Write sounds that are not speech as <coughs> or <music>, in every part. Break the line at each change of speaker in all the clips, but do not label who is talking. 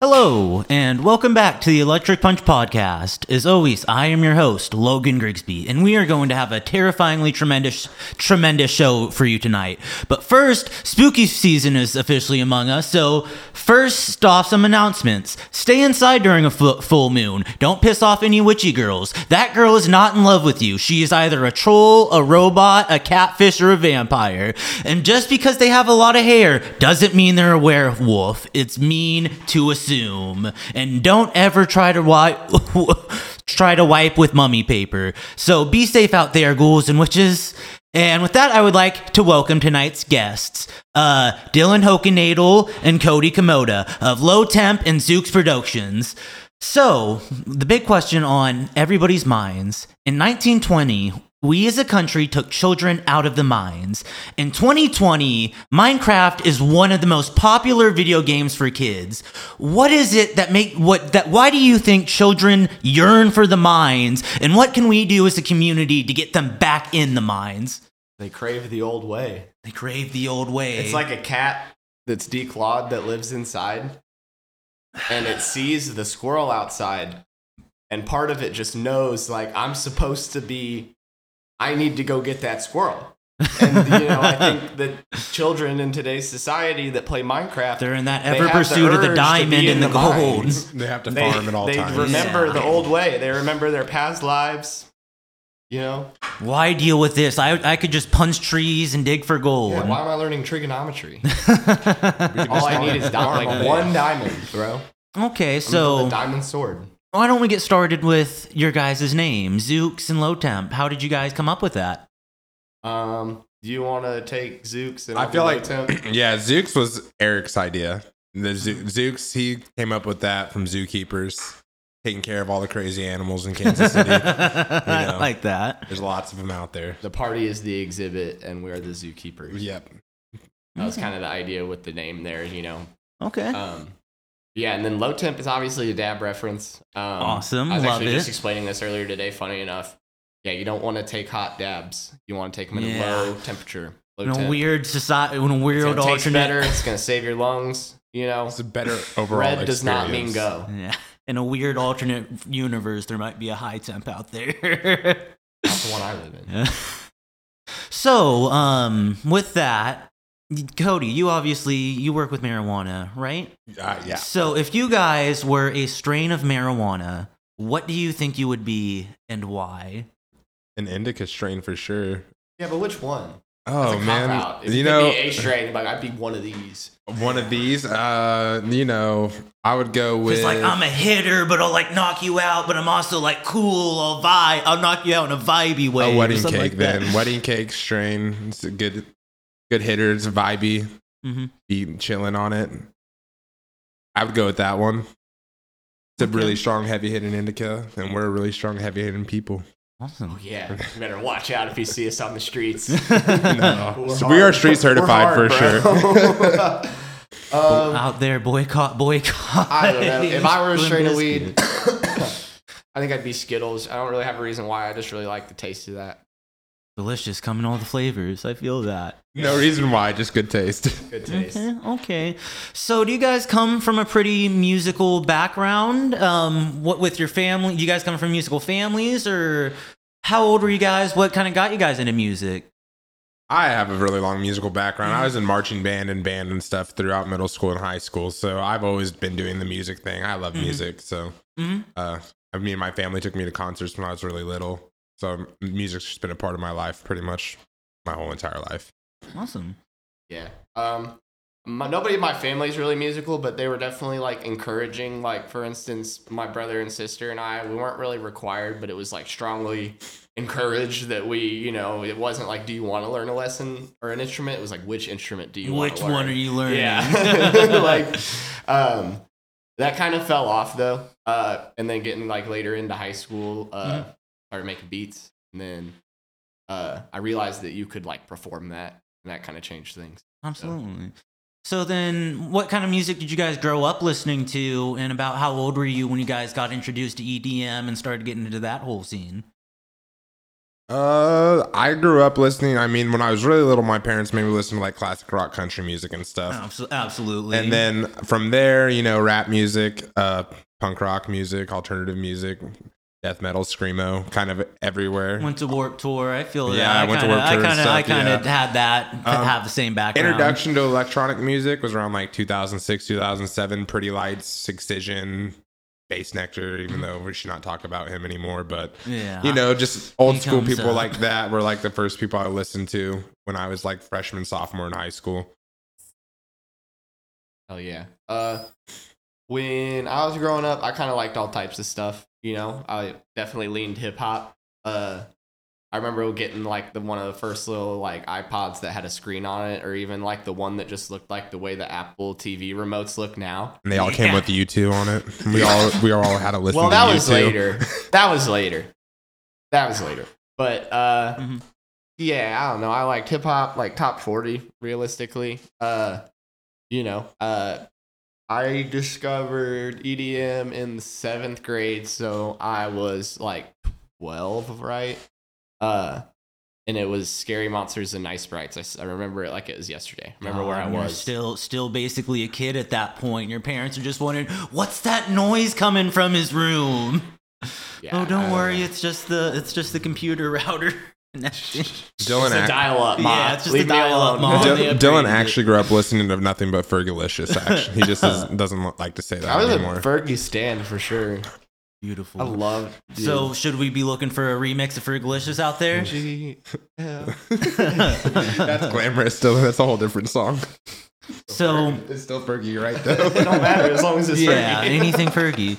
Hello, and welcome back to the Electric Punch Podcast. As always, I am your host, Logan Grigsby, and we are going to have a terrifyingly tremendous, tremendous show for you tonight. But first, spooky season is officially among us, so first off, some announcements. Stay inside during a fu- full moon. Don't piss off any witchy girls. That girl is not in love with you. She is either a troll, a robot, a catfish, or a vampire. And just because they have a lot of hair doesn't mean they're a werewolf. It's mean to assume. And don't ever try to wipe <laughs> try to wipe with mummy paper. So be safe out there, ghouls and witches. And with that, I would like to welcome tonight's guests, uh, Dylan Hokenadel and Cody Komoda of Low Temp and Zooks Productions. So, the big question on everybody's minds in 1920, we as a country took children out of the mines. In 2020, Minecraft is one of the most popular video games for kids. What is it that make what that why do you think children yearn for the mines and what can we do as a community to get them back in the mines?
They crave the old way.
They crave the old way.
It's like a cat that's declawed that lives inside and it sees the squirrel outside and part of it just knows like I'm supposed to be I need to go get that squirrel. And you know, I
<laughs>
think that children in today's society that play Minecraft
they're in that
they
ever
have the
pursuit of
urge to
the
be
diamond
in
and the,
the
gold.
mines.
They have to
they,
farm at all
they
times.
remember
Yeah.
the old way. They remember their past lives. You know?
Why deal with this? I I could just punch trees and dig for gold.
Yeah, why am I
<laughs>
learning trigonometry?
We can
All
just
I
farm-
need is di-
farm all
like
day.
one diamond, bro.
okay,
I'm gonna build
so
a diamond sword.
why don't we get started with your guys' names, Zooks and Low Temp? How did you guys come up with that?
Um, do you want to take Zooks? And
I
I'll
feel
do
like-
<coughs>
Lotem?
Yeah, Zooks was Eric's idea. The Zoo- Zooks, he came up with that from zookeepers, taking care of all the crazy animals in
<laughs>
Kansas City.
I
know.
like that.
There's lots of them out there.
the party is the exhibit, and we're the zookeepers.
Yep.
that was kind of the idea with the name there. You know,
Okay.
um, yeah, and then low temp is obviously a dab reference. Um,
Awesome,
I was
love
actually just
it.
explaining this earlier today. Funny enough, yeah, you don't want to take hot dabs. You want to take them at
Yeah.
a low temperature. Low
in a
temp.
weird society, in a
it's
weird
gonna taste
alternate.
better. It's gonna save your lungs. You know,
It's a better overall
red does not mean
experience.
go.
<laughs>
Yeah. In a weird alternate universe, there might be a high temp out there. <laughs>
That's the one I live in.
so, um, with that, Cody, you obviously you work with marijuana, right?
Uh, yeah.
So, if you guys were a strain of marijuana, what do you think you would be and why?
An indica strain for sure.
Yeah, but which one?
Oh,
It's a
man.
cop-out. If
You
could
know,
be a strain, like I'd be one of these.
one of these, uh, you know, I would go with.
It's like I'm a hitter, but I'll like knock you out, but I'm also like cool. I'll vibe. I'll knock you out in a vibey way.
a
or
wedding
something
cake
like that.
then <laughs> wedding cake strain it's a good good hitter it's vibey
Mhm.
be chilling on it i would go with that one it's a really strong heavy hitting indica and we're a really strong heavy hitting people Oh,
<laughs> Awesome.
Yeah, you better watch out if you see us on the
<laughs>
streets.
No.
We're
so Oh. we are
hard.
street
We're
certified
hard,
for sure
<laughs> bro. um,
out there boycott boycott
I don't <laughs> know. If I were a
Limp
strain of
Bizkit.
weed, <coughs> I think I'd be Skittles. I don't really have a reason why. I just really like the taste of that.
delicious come in all the flavors i feel that
no reason why just good taste
Good taste.
okay okay so do you guys come from a pretty musical background um what with your family you guys come from musical families or how old were you guys what kind of got you guys into music
<laughs> i have a really long musical background i was in marching band and band and stuff throughout middle school and high school so i've always been doing the music thing i love
Mhm.
music so
hmm
uh, me and my family took me to concerts when I was really little. So music's just been a part of my life pretty much my whole entire life.
awesome
Yeah. Um, my, nobody in my family is really musical, but they were definitely like encouraging. Like for instance, my brother and sister and I, we weren't really required, but it was like strongly encouraged that we, you know, it wasn't like, do you want to learn a lesson or an instrument? It was like, which instrument do you want?
which one are you learning <laughs>
<laughs>
Yeah. <laughs> like, um, that kind of fell off though. Uh, and then getting like later into high school,
Mm-hmm.
uh, started making beats, and then uh, I realized that you could like perform that, and that kind of changed things.
absolutely so then what kind of music did you guys grow up listening to and about how old E were you when you guys got introduced to edm and started getting into that whole scene
Uh, I grew up listening. I mean, when I was really little, my parents made me listen to like classic rock, country music, and stuff.
Abso- absolutely.
And then from there, you know, rap music, uh, punk rock music, alternative music, death metal, screamo, kind of everywhere.
went to Warp Tour. I feel
Yeah,
that.
I went to
kinda-
Warped Tour and
I kind of, I
stuff,
kind of
yeah.
had that.
Um,
have the same background.
Introduction to electronic music was around like 2006, 2007. Pretty Lights, Excision, Bass Nectar. Even though we should not talk about him anymore, but
Yeah.
you know, just old
He
school
comes
people
up.
like that were like the first people I listened to when I was like freshman, sophomore in high school.
Hell yeah. Uh, when I was growing up, I kind of liked all types of stuff. You know, I definitely leaned hip hop. Uh, I remember getting like the one of the first little like iPods that had a screen on it, or even like the one that just looked like the way the Apple TV remotes look now.
And they all came with the U2 on it. We all we all had to listen.
well,
to
that was
U2.
later. That was later. That was later. But uh,
Mhm.
yeah, I don't know. I liked hip hop, like top forty, realistically. Uh, you know, uh, I discovered EDM in the seventh grade, so I was like twelve, right? Uh, and it was Scary Monsters and Nice Sprites. I, s- I remember it like it was yesterday. I remember where I
Um, You're
was.
still, still basically a kid at that point. Your parents are just wondering, what's that noise coming from his room?
Yeah,
oh,
I
don't worry,
know.
it's just the, it's just the computer <laughs> router. And that's it.
Dylan
It's a
act-
dial up,
Yeah,
mom.
it's just
Leave
a
me
dial-up,
alone.
Mom.
Dylan-
they upgraded
Dylan
it.
actually grew up listening to nothing but <laughs> Fergalicious. Actually, he just doesn't, doesn't like to say that
I was a
anymore.
Fergie stand for sure.
Beautiful.
I love.
Oh, so, should we be looking for a remix of Fergalicious out
<laughs>
there?
<laughs>
<laughs>
That's glamorous. Still, that's a whole different song.
so,
<laughs> It's still Fergie, right?
it don't matter as long as it's
yeah,
yeah. <laughs>
anything Fergie.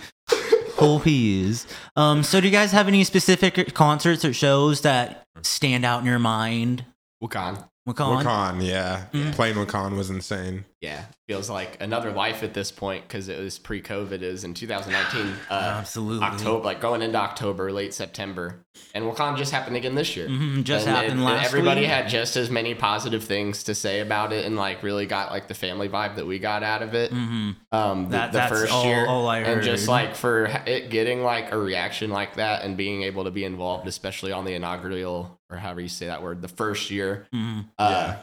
Whole peas. Um, so, do you guys have any specific concerts or shows that stand out in your mind?
Wakan.
Wakan?
<laughs> Wakan, yeah.
Mm-hmm.
Mm.
Playing Wakan was insane.
Yeah, feels like another life at this point because it was pre-COVID. Is in 2019, uh,
<sighs> Absolutely.
October, like going into October, late September, and Wakan just happened again this year.
Mhm, just
And it-
happened
and
last
Everybody
week.
had just as many positive things to say about it, and like really got like the family vibe that we got out of it.
hmm
um, the,
That-
the
that's
first
all-
year,
all I
and just
heard.
like for h- it getting like a reaction like that, and being able to be involved, especially on the inaugural or however you say that word, the first year,
hmm
uh,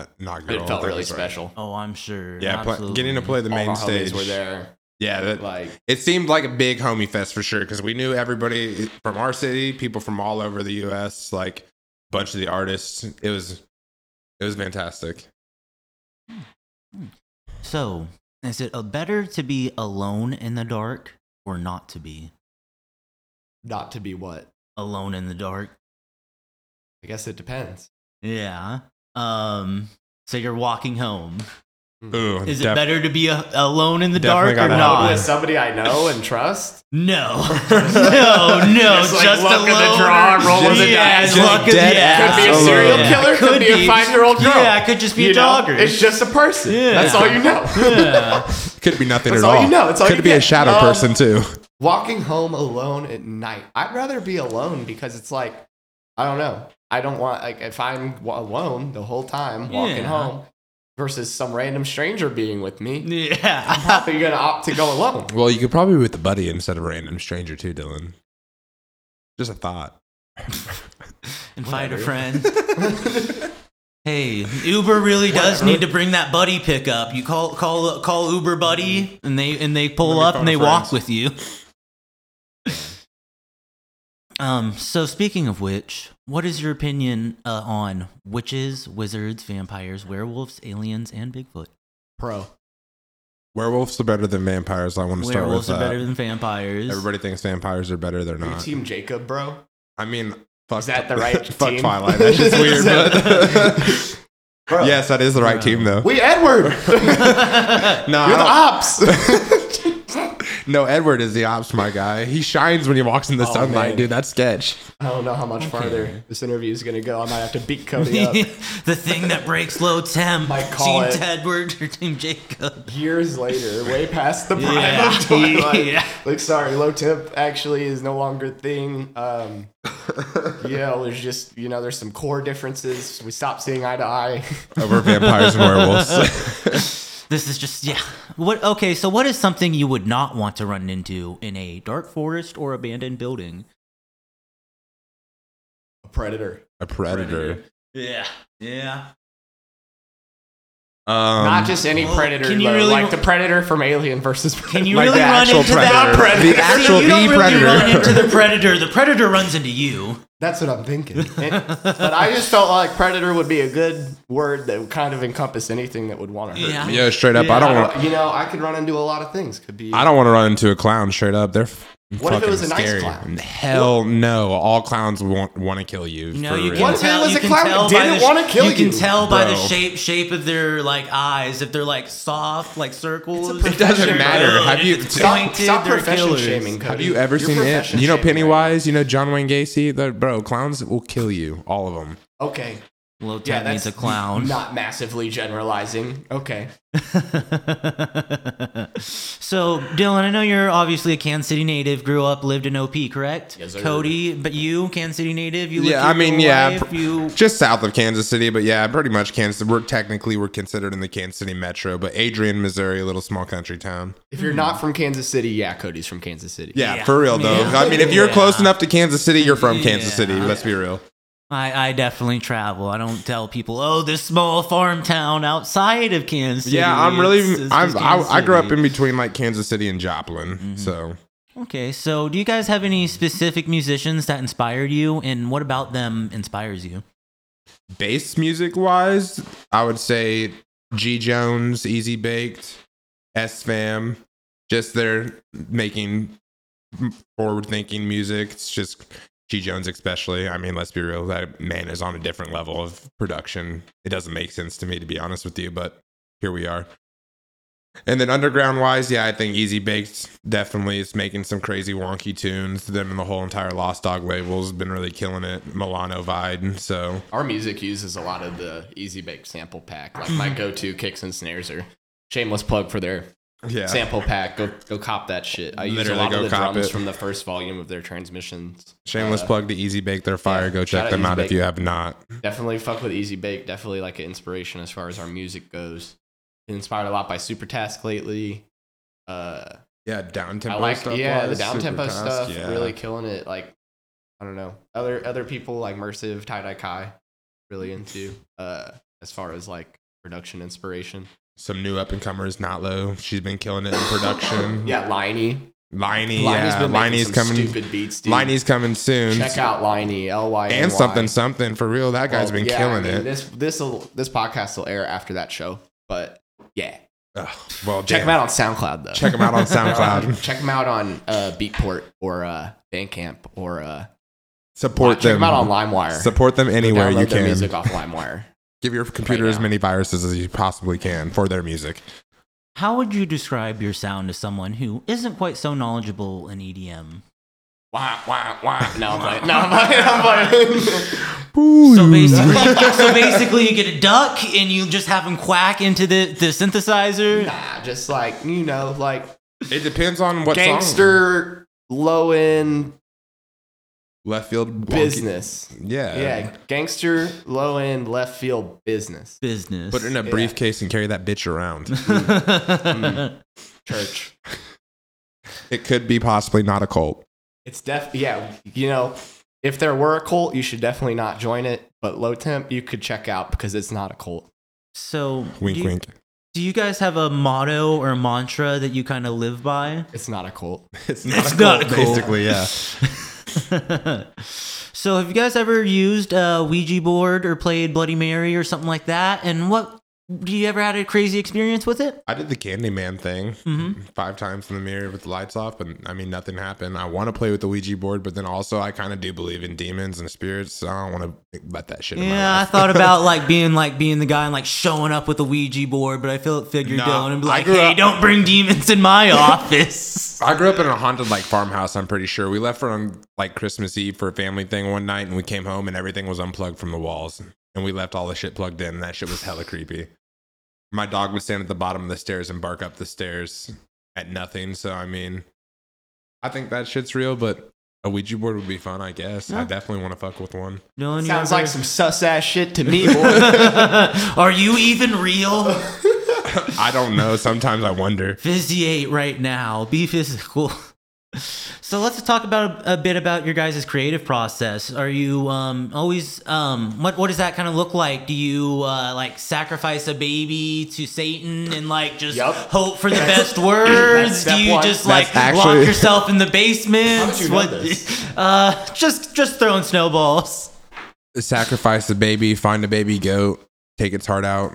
Uh, Inaugural.
it felt
that
really
was right.
special.
Oh, I'm sure.
Yeah, pl-
Absolutely.
getting to play the main
All the homies
stage.
were there,
Yeah, that,
like
it seemed like a big homie fest for sure because we knew everybody from our city, people from all over the U.S., like bunch of the artists. It was, it was fantastic.
So, is it uh, better to be alone in the dark or not to be
not to be what.
alone in the dark?
I guess it depends.
Yeah. Um. So you're walking home.
Ooh,
Is it
def-
better to be a- alone in the
Definitely
dark or
gotta have
not?
it.
With somebody I know and
<laughs>
trust.
<laughs>
No, no, no.
Just
Just,
like luck of
alone.
the draw, roll
of the
yeah,
dice.
it's luck of-
Dead
yeah.
ass Could be a alone. serial
killer, could be a five-year-old girl.
Yeah, it could just be
you
a
know?
dogger.
It's just a person.
Yeah.
That's all you know.
yeah. <laughs>
Could be nothing
That's
at
all
all.
you know, it's all
Could
you
be a
get.
shadow
Um,
person too.
walking home alone at night i'd rather be alone because it's like i don't know i don't want like if i'm w- alone the whole time walking
Yeah.
home versus some random stranger being with me <laughs> i'm
yeah.
probably gonna opt to go alone
Well, you could probably be with a buddy instead of a random stranger too, Dylan. Just a thought.
Invite a
Whatever.
friend.
<laughs>
hey, Uber really does
Whatever.
need to bring that buddy pickup. You call call call Uber buddy, and they and they
Let
pull
me
up
phone
and they
a
walk
friend.
with
<laughs>
you. Um. So speaking of which, what is your opinion uh, on witches, wizards, vampires, werewolves, aliens, and Bigfoot?
pro
Werewolves are better than vampires. I want to start with
Werewolves are
that.
uh,
better than vampires.
Everybody thinks vampires are better. They're
Are you
not.
team jacob bro
I mean, fuck
Is that the right
<laughs> fuck
team?
Twilight. That's just weird.
<laughs> Is that-
but
<laughs> bro
yes, that is the right team though.
we edward you're
No,
the
I
ops
don't- no. Edward is the ops, my guy. He shines when he walks in the
Oh,
sunlight,
man.
dude. That's sketch.
i don't know how much farther this interview is gonna go i might have to beat
<laughs>
cody up
the thing that breaks low temp.
Might call
Team
it.
Tedward <laughs> or Team Jacob?
years later, way past the prime
Yeah.
of
<laughs>
Twilight.
Yeah.
Like, sorry, low temp actually is no longer a thing. <laughs> Um, yeah, it was just, you know, there's some core differences. We stopped seeing eye to eye.
Over vampires and werewolves. <laughs>
This is just yeah. What okay, so what is something you would not want to run into in a dark forest or abandoned building?
A predator.
a predator.
Yeah. Yeah.
Um,
Not just any
well,
predator,
can you
though,
really-
like the predator from Alien versus
<laughs> Can you
like
really
the
run
actual
into
predator.
that predator?
The actual
See, you don't
the
really
predator.
run into the predator. The
<laughs>
predator runs into you.
That's what I'm <laughs> thinking. It- but I just felt like predator would be a good word that would kind of encompass anything that would want to hurt.
Yeah.
me.
yeah, straight up. I
Yeah,
don't.
I
wanna-
don't- you know, I could run into a lot of things. Could be.
I don't want to run into a clown straight up. They're f-
What if it
fucking
was a nice
scary.
clown?
Hell no! All clowns want want to kill you.
No,
for
you
real.
can
What if it
tell.
was
You
a
can
clown
tell
didn't
by the
wanna kill
you. can
you?
tell by the
Bro.
shape shape of their like eyes if they're like soft, like circles.
It's a
It
doesn't matter. Have you-
Stop,
pointed,
stop
they're
profession
killers.
shaming, Cody.
Have you ever
You're
seen it?
profession
You know
shaming right
Pennywise. You know John Wayne Gacy. They're- bro, clowns will kill you. All of them.
now. Okay.
Little
Yeah,
Ted
that's
needs a clown.
Not massively generalizing. Okay.
so, Dylan, I know you're obviously a Kansas City native. Grew up, lived in OP, correct?
Yes, sir.
Cody, but you, Kansas City native. You lived
Yeah,
your
I mean,
whole
yeah,
life,
pr-
you
Just south of Kansas City, but yeah, pretty much Kansas. We're technically we're considered in the Kansas City metro, but Adrian, Missouri, a little small country town.
If you're not from Kansas City, yeah, Cody's from Kansas City.
Hmm. Yeah,
Yeah.
for real though.
Yeah.
I mean, if you're
Yeah.
close enough to Kansas City, you're from Kansas
Yeah.
City. Let's be real.
I, I definitely travel. I don't tell people, oh, this small farm town outside of Kansas. City.
Yeah, I'm really.
It's- it's
I'm,
just
I,
Kansas
I grew up
City." Mm-hmm.
in between like Kansas City and Joplin, so
Okay, so do you guys have any specific musicians that inspired you, and what about them inspires you?
bass music wise, I would say G Jones, Easy Baked, S Fam. Just they're making forward thinking music. It's just G Jones, especially. I mean, let's be real, that man is on a different level of production. It doesn't make sense to me, to be honest with you, but here we are. And then underground wise, yeah, I think Easy Baked definitely is making some crazy wonky tunes. Them and the whole entire Lost Dog label's been really killing it. Milano Vide, so
Our music uses a lot of the easy bake sample pack. Like
<clears throat>
my go-to kicks and snares are shameless plug for their
yeah.
sample pack. Go go cop that shit. I use a
Literally
lot
go
of the
cop
drums
it.
from the first volume of their transmissions.
Shameless
Uh,
plug to Easy Bake Their Fire.
yeah,
Go
shout
check
out
them
Easy
out if
Bake.
you have not.
Definitely fuck with Easy Bake. Definitely like an inspiration as far as our music goes. Been inspired a lot by Super Task lately. Uh,
Yeah, down
I
tempo
like
stuff.
yeah the
was
down tempo
super fast,
stuff.
yeah.
Really killing it. Like I don't know other other people like Mersive, Tie Dye Kai, really into uh as far as like production inspiration.
some new up and comers. Not low. She's been killing it in
<laughs>
production.
Yeah, Liney.
Liney.
Liney's
Mm-hmm. Yeah,
been making
Liney's
some
coming.
Stupid beats. Dude.
Liney's coming soon.
Check out Liney. L Y Oh,
and something something for real. That guy's been killing it.
This this this podcast will air after that show, but yeah,
Ugh, well,
check
damn.
them out on SoundCloud though. Um,
Check
<laughs>
him out on SoundCloud.
Check them out on uh, Beatport or uh, Bandcamp or uh,
Support
check
them.
them out on LimeWire.
Support them anywhere
Download
you
their
can.
music off LimeWire.
Give your computer
right
as
now.
many viruses as you possibly can for their music.
How would you describe your sound to someone who isn't quite so knowledgeable in E EDM?
<laughs> Wah, wah, wah. No, I'm playing. No, <laughs> I'm playing. I'm playing.
So basically, so basically, you get a duck and you just have him quack into the, the synthesizer.
nah, just like, you know, like
<laughs> It depends on what song.
gangster, low end
Left field wonky-
business.
Yeah.
Yeah, gangster, low end left field business.
Business.
Put it in a
Yeah.
briefcase and carry that bitch around.
<laughs>
Hmm.
Church.
It could be possibly not a cult.
It's def, yeah, you know, if there were a cult, you should definitely not join it. But low temp, you could check out because it's not a cult.
so,
Wink,
do you,
wink.
do you guys have a motto or mantra that you kind of live by? <laughs>
It's not a cult.
<laughs> It's
It's
not a cult.
Basically, yeah.
so, have you guys ever used a Ouija board or played Bloody Mary or something like that? And what do you ever had a crazy experience with it?
I did the Candyman thing
Mhm.
five times in the mirror with the lights off, and I mean, nothing happened. I want to play with the Ouija board, but then also I kind of do believe in demons and spirits, so I don't want to let that shit in my
Yeah, I
life.
thought
<laughs>
about like being like being the guy and like showing up with a Ouija board, but I feel figured
Nah,
Dylan and be
I
like,
grew
"Hey,
up-
don't bring demons in
<laughs>
my office."
I grew up in a haunted like farmhouse. I'm pretty sure we left from like Christmas Eve for a family thing one night, and we came home and everything was unplugged from the walls, and we left all the shit plugged in. And that shit was hella creepy. My dog would stand at the bottom of the stairs and bark up the stairs at nothing. So I mean, I think that shit's real, but a Ouija board would be fun, I guess. I
Yeah.
definitely want to fuck with one.
Dylan, you
Sounds
ever-
like some sus ass shit to
<laughs>
me, boy.
<laughs> Are you even real?
I don't know. Sometimes I wonder.
Fizzy eight right now. Be physical. <laughs> So let's talk about a, a bit about your guys' creative process. Are you um, always um, what what does that kind of look like? Do you uh, like sacrifice a baby to Satan and like just
Yep.
hope for the
<laughs>
best words?
step
Do you
one.
just
That's
like
actually-
lock
<laughs>
yourself in the basement?
How did you know this?
<laughs> Uh, just just throwing snowballs. <laughs>
Sacrifice the baby, find a baby goat, take its heart out,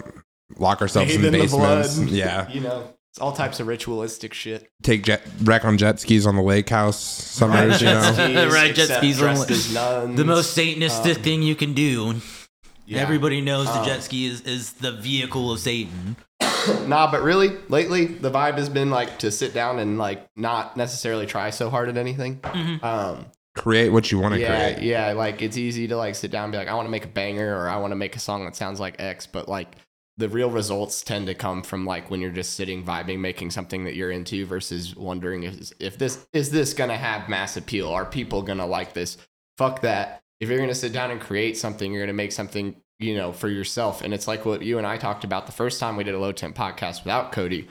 lock ourselves in
Bathe in the
basements.
blood.
Yeah.
You know, it's all types of ritualistic shit.
Take jet wreck on jet skis on the lake house
<laughs>
summers, you
jet
know.
skis. Right, jet
except
skis
dressed
only-
as nuns.
The most Satanistic
Um,
thing you can do.
Yeah.
Everybody knows the
Um,
jet ski is, is the vehicle of Satan.
Nah, but really, lately the vibe has been like to sit down and like not necessarily try so hard at anything. Um,
Create what you want to
yeah,
create.
yeah. Like it's easy to like sit down and be like, I want to make a banger or I want to make a song that sounds like X, but like the real results tend to come from like when you're just sitting vibing, making something that you're into versus wondering if if this is this gonna have mass appeal? Are people gonna like this? Fuck that. If you're gonna sit down and create something, you're gonna make something you know for yourself, and it's like what you and I talked about the first time we did a low temp podcast without Cody.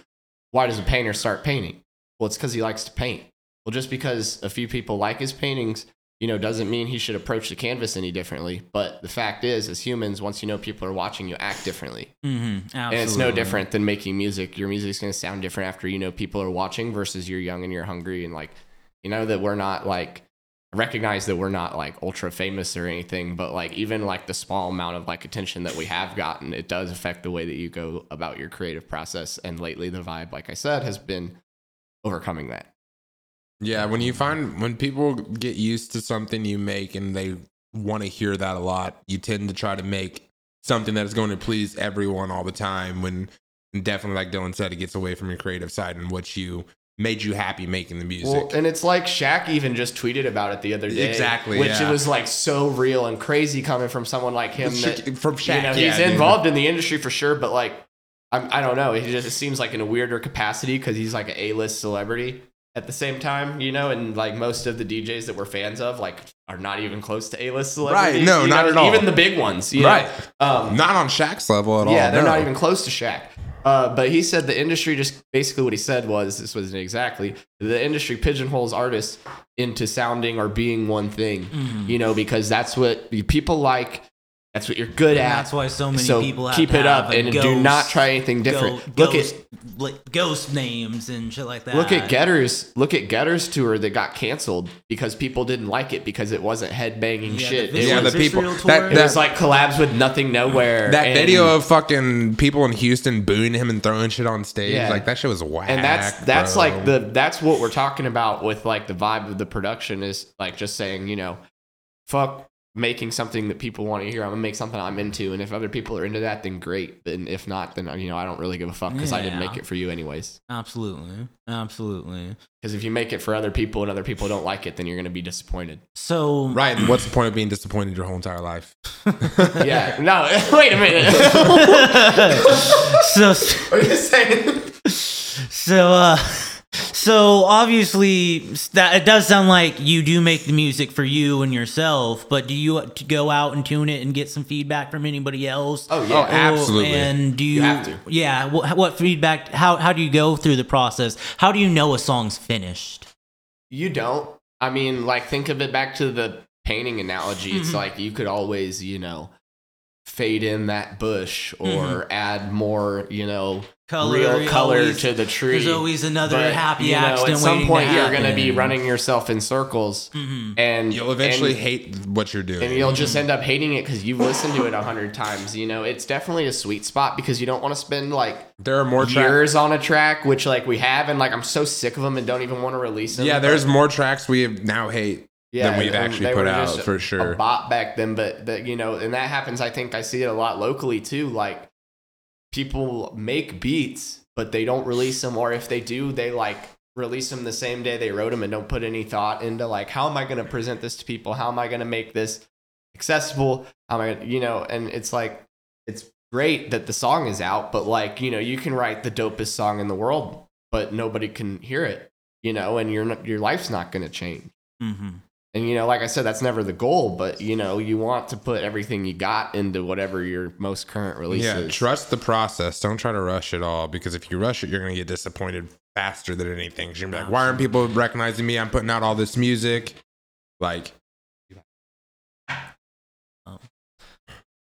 Why does a painter start painting? Well, it's because he likes to paint. Well, just because a few people like his paintings you know, doesn't mean he should approach the canvas any differently. But the fact is, as humans, once you know people are watching, you act differently.
Mm-hmm,
And it's no different than making music. Your music's going to sound different after you know people are watching versus you're young and you're hungry. And like, you know, that we're not like, recognize that we're not like ultra famous or anything, but like, even like the small amount of like attention that we have gotten, it does affect the way that you go about your creative process. And lately, the vibe, like I said, has been overcoming that.
Yeah, when you find when people get used to something you make and they want to hear that a lot, you tend to try to make something that is going to please everyone all the time. When and definitely, like Dylan said, it gets away from your creative side and what you made you happy making the music.
Well, and it's like Shaq even just tweeted about it the other day.
Exactly,
Which
yeah.
it was like so real and crazy coming from someone like him.
It's
That,
tricky- from
you know,
Shaq,
he's
yeah, dude.
involved in the industry for sure, but like, I'm, I don't know. He just it seems like in a weirder capacity because he's like an A-list celebrity at the same time, you know, and like most of the DJs that we're fans of, like, are not even close to A-list celebrities.
no,
you
not
know,
at all.
Even the big ones, you know?
Right.
Um,
Not on Shaq's level at all.
yeah, they're
no.
not even close to Shaq. Uh, but he said the industry just basically what he said was this wasn't exactly the industry pigeonholes artists into sounding or being one thing,
Mhm.
you know, because that's what the people like. That's what you're good
And
at.
that's why so many
so
people have
keep
to
it up
have a
and do
ghost-
not try anything different.
Go,
look
ghost,
at
like, ghost names and shit like that.
look at Getter's look at Getter's tour that got canceled because people didn't like it because it wasn't headbanging
Yeah,
shit.
the
It,
Yeah,
was,
the
Is this
people
real tour?
that,
it was
that,
like collabs with nothing nowhere.
that
and-
video of fucking people in Houston booing him and throwing shit on stage.
Yeah.
Like that shit was whack.
and that's that's
bro.
like the that's what we're talking about with like the vibe of the production is like just saying you know fuck making something that people want to hear i'm gonna make something i'm into and if other people are into that then great and if not then you know i don't really give a fuck because i didn't
Yeah.
make it for you anyways
absolutely, absolutely.
because if you make it for other people and other people don't like it then you're gonna be disappointed
So
right. and What's the point of being disappointed your whole entire life?
yeah no <laughs> wait a minute
<laughs> so
what are you saying
so uh, so obviously s- that it does sound like you do make the music for you and yourself, but do you to go out and tune it and get some feedback from anybody else?
oh
Oh,
yeah
absolutely.
And do you,
have to.
Yeah. What, what feedback? How how do you go through the process? How do you know a song's finished?
You don't. I mean, like, think of it back to the painting analogy. It's
Mhm.
like you could always, you know, fade in that bush or
Mhm.
add more, you know,
Color,
real color
always-
to the tree.
There's always another
But,
happy
you know,
accident.
At some
waiting
point,
to
you're going to be
happen.
running yourself in circles,
Mhm.
and
You'll eventually
and-
hate what you're doing.
and you'll
Mm.
just end up hating it because you've listened to it a hundred times. You know, it's definitely a sweet spot because you don't want to spend like
there are more tracks.
years on a track, which like we have, and like I'm so sick of them and don't even want to release them.
Yeah, there's more tracks we have now hate than we've
they-
actually
they
put
were
out,
just
for sure.
A bot back then, but that you know, and that happens. I think I see it a lot locally too. Like people make beats, but they don't release them, or if they do, they like release them the same day they wrote them and don't put any thought into like how am I going to present this to people? How am I going to make this accessible? How am I, gonna- you know? And it's like it's great that the song is out, but like you know, you can write the dopest song in the world, but nobody can hear it. You know, and your your life's not going to change.
Mhm.
And you know, like I said, that's never the goal, but you know, you want to put everything you got into whatever your most current release
Yeah,
is.
trust the process. Don't try to rush it all because if you rush it, you're going to get disappointed faster than anything. She's gonna be like, why aren't people recognizing me? I'm putting out all this music. Like,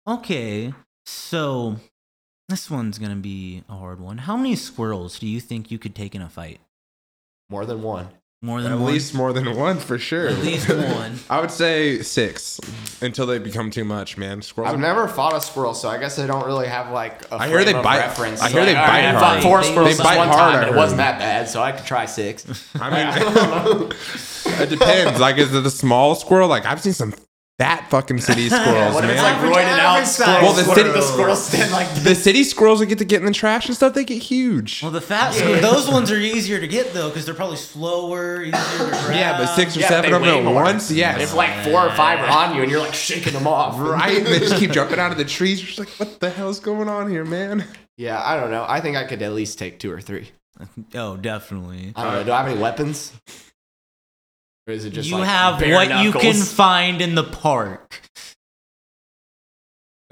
Okay, so this one's gonna be a hard one. How many squirrels do you think you could take in a fight?
More than one.
More than
at
one?
least more than one for sure.
At
<laughs>
<laughs>
least one.
I would say six until they become too much, man. Squirrels.
I've
are-
never fought a squirrel, so I guess I don't really have like a
I hear they
frame of
bite-
reference.
I hear they
Like, all
bite
I
hard.
fought four
They
squirrels this
bite
one
hard,
time,
I
and it
heard.
wasn't that bad, so I could try
<laughs>
six.
I mean, it depends. Like, is it a small squirrel? Like, I've seen some fat fucking
<laughs>
city squirrels,
what if
man.
it's like
Average-
roided out
average size
squirrels?
Well, the
where
city-
the
<laughs>
squirrels stand like
the city squirrels that get to get in the trash and stuff, they get huge.
Well, the fat those ones are easier to get though because they're probably slower, easier to grab.
yeah, but six or
Yeah,
seven
they
of them
weigh
at
more.
once,
If <laughs>
yes.
like four or five are on you, and you're like shaking them off, <laughs>
Right? And they just keep jumping out of the trees. You're just like, what the hell's going on here, man?
Yeah, I don't know. I think I could at least take two or three.
Oh, definitely.
I don't know. Do I have any weapons? Or is it just
you
like,
have
bare
what
knuckles?
you can find in the park.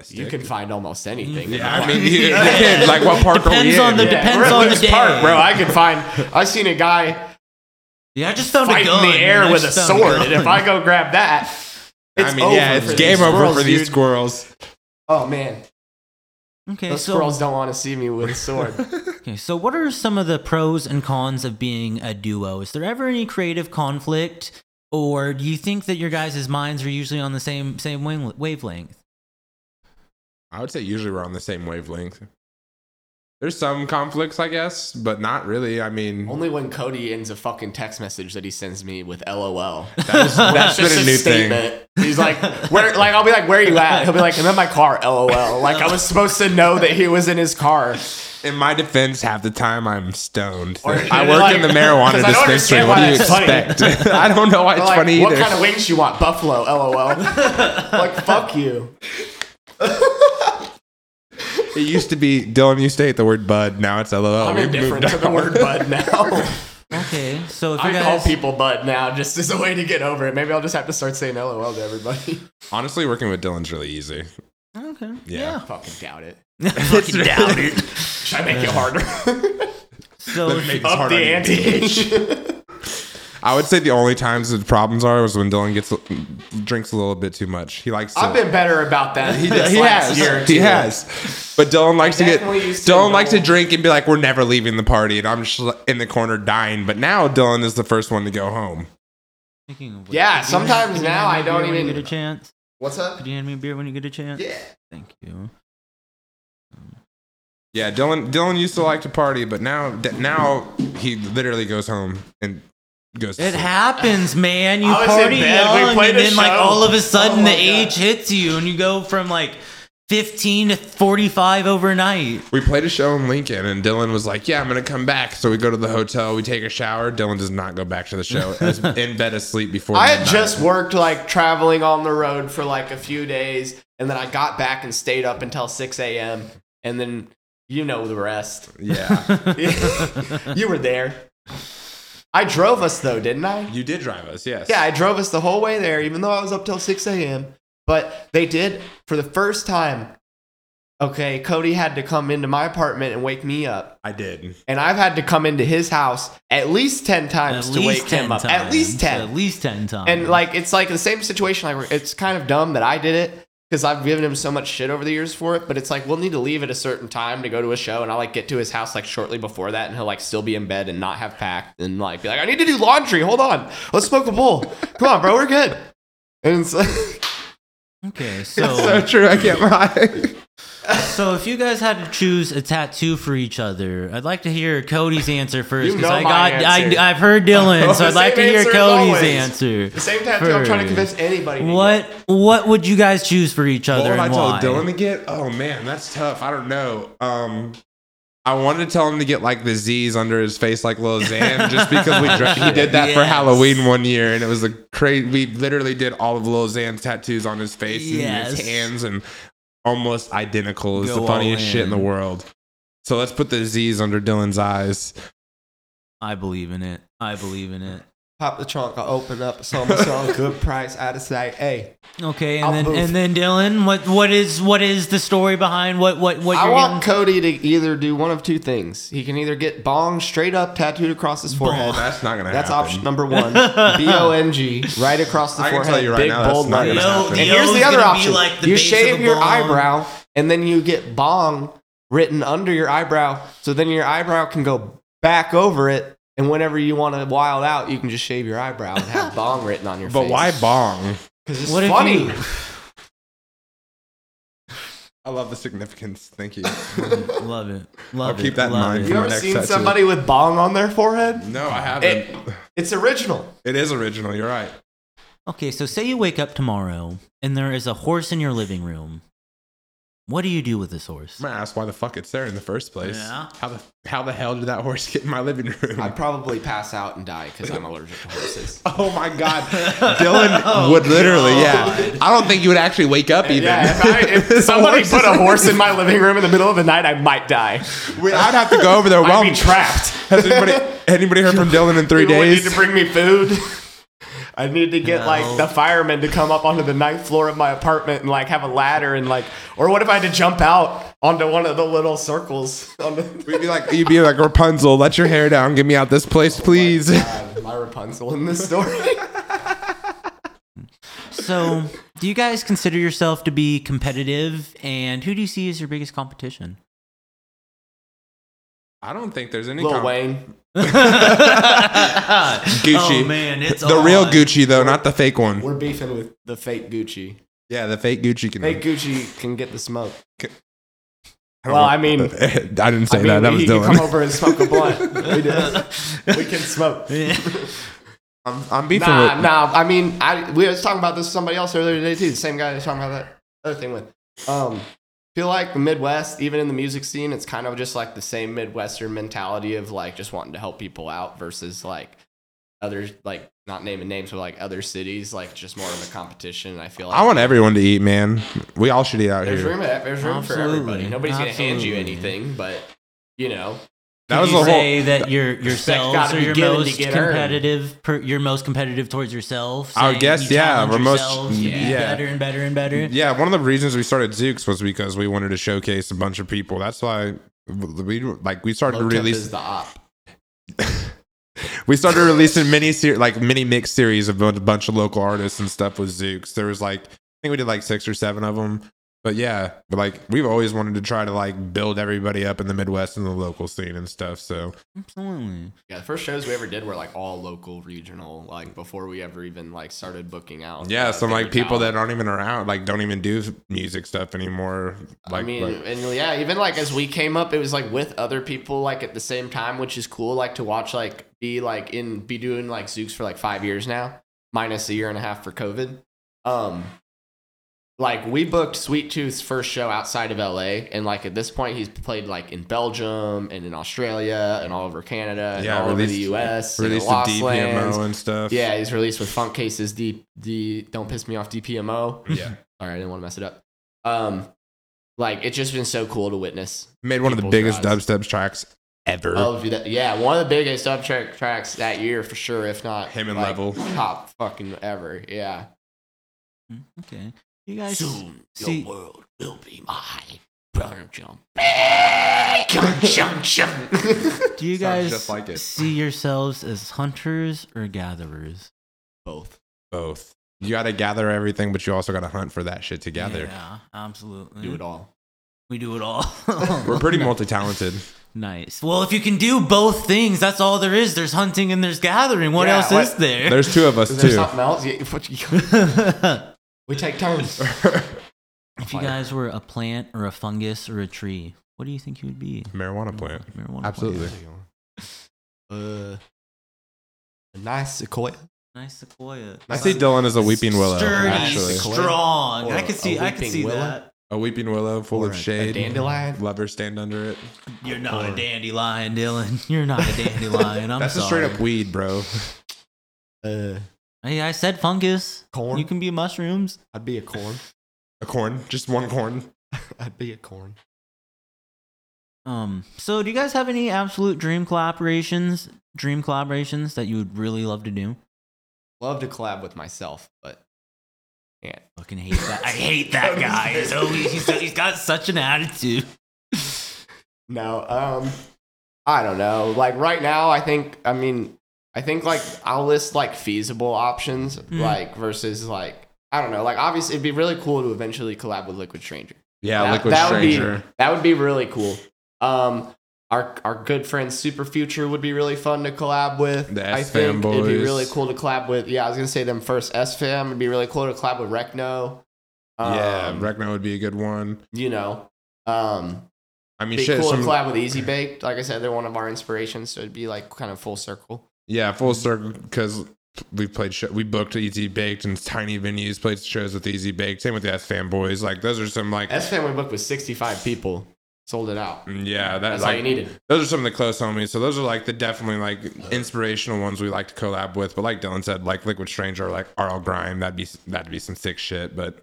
You can find almost anything.
Yeah,
<laughs>
I mean, <laughs> you- it depends. Like, what park are we
Depends
in?
on the-
Yeah,
depends
we're at
on the
Lewis
day.
Park, bro. I could find. I seen a guy
Yeah, I just found
fight
a gun
in the air
I
with a
just found
sword, and if
gun.
I go grab that, it's
I mean,
over.
yeah,
for
it's
these
game over
squirrels,
for these
dude.
squirrels.
Oh man,
okay,
those
so
squirrels don't want to see me with a sword.
okay, so what are some of the pros and cons of being a duo? Is there ever any creative conflict, or do you think that your guys' minds are usually on the same same wave- wavelength?
I would say usually we're on the same wavelength. There's some conflicts, I guess, but not really. I mean,
Only when Cody ends a fucking text message that he sends me with LOL. <laughs>
that's,
It's
that's been a
just
new thing.
statement. He's like, where? Like, I'll be like, where are you at? He'll be like, I'm in my car. LOL. Like, I was supposed to know that he was in his car.
In my defense, half the time I'm stoned.
Or-
I work in the
like-
marijuana
'cause I don't
dispensary.
understand
What
why
do you
that's funny.
expect? <laughs> I don't know why it's
Like,
funny
what
either.
kind of wings you want? Buffalo. LOL. <laughs> like, fuck you.
it used to be Dylan. You state the word bud. Now it's LOL.
I'm
Oh, We've
indifferent
moved
to the
on.
word bud
<laughs>
now.
Okay, so if you
<laughs> I
guys,
call people bud now just as a way to get over it. Maybe I'll just have to start saying LOL to everybody. <laughs>
Honestly, working with Dylan's really easy.
okay,
<laughs>
Yeah.
I fucking doubt it.
yeah. fucking doubt it.
Should I make it harder?
So
Make
<laughs>
this
Up
hard
the
on you.
ante.
I would say the only times the problems are was when Dylan gets drinks a little bit too much. He likes.
<laughs>
To,
I've been better about that.
He,
this
he
last
has.
year or
He
two.
has. But Dylan likes to get
definitely used to
Dylan likes to
know.
drink and be like, "We're never leaving the party," and I'm just in the corner dying. But now Dylan is the first one to go home.
Speaking of which,
Yeah,
could you
sometimes
hand- could you
now
hand me
I
a beer
don't
when you
even-
get a chance.
What's
Could
up?
you hand me a beer when you get a chance?
Yeah.
Thank you.
Yeah, Dylan. Dylan used to like to party, but now d- now he literally goes home and goes. To
It
sleep.
happens, man. You
I was in
party
bed, we
young,
played
and
a
then like
show.
all of a sudden
Oh
the
my God.
age hits you, and you go from like fifteen to forty-five overnight.
we played a show in Lincoln, and Dylan was like, "Yeah, I'm gonna come back." So we go to the hotel, we take a shower. Dylan does not go back to the show. is in bed asleep before.
I had
midnight.
just worked like traveling on the road for like a few days, and then I got back and stayed up until 6 a.m. And then you know
<laughs>
the rest.
Yeah,
you were there. I drove us though, didn't I?
you did drive us. Yes.
Yeah, I drove us the whole way there, even though I was up till 6 a.m. But they did for the first time. Okay, Cody had to come into my apartment and wake me up.
I did.
and I've had to come into his house at least ten
At
times to wake
least ten
him up.
times.
At least
At
ten.
least ten times.
And like it's like the same situation. Like it's kind of dumb that I did it because I've given him so much shit over the years for it. But it's like we'll need to leave at a certain time to go to a show, and I'll like get to his house like shortly before that, and he'll like still be in bed and not have packed, and like be like, I need to do laundry. Hold on, let's smoke a bowl. Come on, bro, we're good. And it's <laughs> like, <laughs>
okay,
So
so
true. I can't <laughs> lie.
so if you guys had to choose a tattoo for each other, I'd like to hear Cody's answer first
You
because
know
I
my
got
answer.
I, I've heard Dylan, so
<laughs> The
I'd like to
same
hear
answer as
Cody's
always.
answer.
the same tattoo I'm trying to convince anybody. to get.
What what would you guys choose for each
What
other
would I
and
tell
why?
Dylan to get? Oh man, that's tough. I don't know. Um, I wanted to tell him to get like the Z's under his face,
<laughs>
like Lil Xan, just because we dra- he did that for
Yes.
Halloween one year, and it was a crazy. We literally did all of Lil Xan's tattoos on his face and
Yes.
his hands, and almost identical. It's
Go
the funniest
all
shit in the
in.
world. So let's put the Z's under Dylan's eyes.
I believe in it. I believe in it.
Pop the trunk, I open up, saw my song, good price, out of sight. Hey,
Okay, and
I'll
then
move.
and then Dylan, what what is what is the story behind what what what
I
you're
want
getting?
Cody to either do one of two things. He can either get bong straight up tattooed across his forehead.
Oh, <laughs> That's not gonna
That's
happen.
option number one.
<laughs>
B O N G, right across the
I can
forehead.
tell you right
big
now, that's
bold
not
line.
gonna
Yo,
happen.
And
yo
here's
is
the other
gonna be
option:
like the
you
base of
shave
a
your
bong.
eyebrow, and then you get bong written under your eyebrow. So then your eyebrow can go back over it, and whenever you want to wild out, you can just shave your eyebrow and have bong written on your
But
face.
why bong?
Because it's
What if
funny.
you-
I love the significance. Thank you.
Love it. Love
I'll keep
it,
that in
love
mind.
it.
You ever
Next
seen
tattoo.
somebody with bong on their forehead?
<laughs> no, I haven't.
It- It's original.
it is original. You're right.
Okay, so say you wake up tomorrow and there is a horse in your living room. What do you do with this horse?
I'm gonna ask why the fuck it's there in the first place.
Yeah.
How the how the hell did that horse get in my living room?
I'd probably pass out and die because I'm allergic to horses.
oh my god,
<laughs>
<laughs> Dylan
Oh,
would literally, yeah. I don't think you would actually wake up even.
Yeah, if, I,
<laughs>
if somebody put a horse in my living room in the middle of the night, I might die.
Wait, <laughs> I'd have to go over
<laughs>
there.
I'd
Well,
be trapped.
has anybody anybody heard from Dylan in three
People would
days?
need to bring me food. <laughs> I need to get
No.
like the firemen to come up onto the ninth floor of my apartment and like have a ladder and like, or what if I had to jump out onto one of the little circles? <laughs> On the,
You'd be like, you'd be like Rapunzel. Let your hair down. Get me out this place, please. <laughs>
God, my Rapunzel in this story.
So, do you guys consider yourself to be competitive? And who do you see as your biggest competition?
<laughs> I don't think there's any
Lil
com-
Wayne.
Gucci. Oh man, it's
the real
on.
Gucci though, not the fake one.
We're beefing with the fake Gucci.
Yeah, the fake Gucci can.
Fake Gucci can get the smoke.
don't
well,
know.
I mean-
<laughs> I didn't say
I mean,
that. That
we-
was
he can come
Dylan.
over and smoke a blunt.
<laughs>
we, do. we can smoke.
I'm, I'm beefing with.
Nah, nah. I mean, I we was talking about this with somebody else earlier today too. The same guy I was talking about that other thing with. Um, feel like the Midwest, even in the music scene, it's kind of just like the same Midwestern mentality of like just wanting to help people out versus like other like not naming names, but like other cities, like just more of a competition. And I feel like
I want everyone to eat, man. We all should eat out
there's
here.
room. There's room for
Absolutely.
everybody. Nobody's gonna hand you
Absolutely.
anything, but you know,
That was
you
the whole.
say that your yourselves
gotta
are
be
your
given to
most
get earned.
competitive. Per, you're most competitive towards yourself.
I would
saying
guess,
you
yeah,
challenge
we're most-
yourselves to be
yeah.
better and better and better.
Yeah, one of the reasons we started Zooks was because we wanted to showcase a bunch of people. That's why we like we started
Low Temp
releasing
is the op.
we started releasing mini ser- like mini mix series of a bunch of local artists and stuff with Zooks. There was like I think we did like six or seven of them. But yeah, but like we've always wanted to try to like build everybody up in the Midwest and the local scene and stuff. So
Absolutely.
Yeah, the first shows we ever did were like all local, regional, like before we ever even like started booking out.
yeah, some like people that
are
aren't even around like don't even do music stuff anymore. Like,
I mean,
like-
and yeah, even like as we came up, it was like with other people like at the same time, which is cool. Like to watch like be like in be doing like Zooks for like five years now, minus a year and a half for COVID. Um, like we booked Sweet Tooth's first show outside of LA, and like at this point, he's played like in Belgium and in Australia and all over Canada and
Yeah,
all
released-
over the US, and in
released a
Lost Lands.
DPMO and stuff.
Yeah, he's released with Funk Cases D D Don't Piss Me Off DPMO. <laughs>
yeah.
Sorry, I didn't want to mess it up. Um like it's just been so cool to witness.
Made one of the
People's Oh.
biggest
eyes.
dubstep tracks ever.
Of that, yeah, one of the biggest subtrack tracks that year for sure, if not
Him and
like,
Level.
top fucking ever. Yeah.
Mm, Okay. You guys. see-
your world will be mine. Brother jump. <laughs> Jump, jump, jump. <laughs>
Do you
Sounds
guys
just like it.
see yourselves as hunters or gatherers?
Both.
Both. You got to gather everything, but you also got to hunt for that shit together.
Yeah, absolutely.
Do it all.
We do it all.
<laughs>
We're pretty multi talented.
nice. Well, if you can do both things, that's all there is. There's hunting and there's gathering. What
Yeah,
else
what-
is there?
There's two
<laughs>
of us,
Is there
too.
something else? Yeah, what you-
<laughs>
we take turns.
if you guys were a plant or a fungus or a tree, what do you think you would be?
<laughs> Marijuana plant.
Marijuana plant.
Absolutely.
<laughs> Uh, a nice sequoia.
Nice sequoia.
I see Dylan as a weeping willow,
Sturdy,
actually.
Sequoia.
strong.
Or
I could see.
a
I could
weeping
see
willow.
that.
A weeping willow full
Or
of
a- a
shade.
dandelion.
Lovers stand under it.
You're not
Or-
a dandelion, Dylan. <laughs> You're not a dandelion. I'm
That's a
sorry.
straight up weed, bro. <laughs>
Uh,
Hey, I said fungus.
corn.
You can be mushrooms.
I'd be a corn.
A corn. Just one corn.
I'd be a corn.
Um. So, do you guys have any absolute dream collaborations? Dream collaborations that you would really love to do?
Love to collab with myself, but yeah.
Fucking hate that. I hate
<laughs>
that guy. He's always he's, he's got such an attitude.
No, um, I don't know. Like right now, I think. I mean, I think like I'll list like feasible options, like versus like I don't know. Like obviously, it'd be really cool to eventually collab with Liquid Stranger.
Yeah,
that,
Liquid
that
Stranger.
Would be, that would be really cool. Um, our our good friend Super Future would be really fun to collab with.
The
I
S
think
Fam
it'd be
boys.
really cool to collab with. Yeah, I was gonna say them first. S Fam would be really cool to collab with Recno. Um,
yeah, Rekno would be a good one.
you know. Um,
I mean,
be
shit.
cool
Some,
to collab with Easy Baked. Like I said, they're one of our inspirations, so it'd be like kind of full circle.
yeah, full circle because we played show, we booked Easy Baked and tiny venues, played shows with Easy Baked. Same with the S Fanboys. Like those are some like mm,
S Family Book was 65 people, sold it out.
yeah, that,
That's
like,
all you needed.
those are some of the close homies. So those are like the definitely like inspirational ones we like to collab with. But like Dylan said, like Liquid Stranger, or, like RL Grime, that'd be that'd be some sick shit. But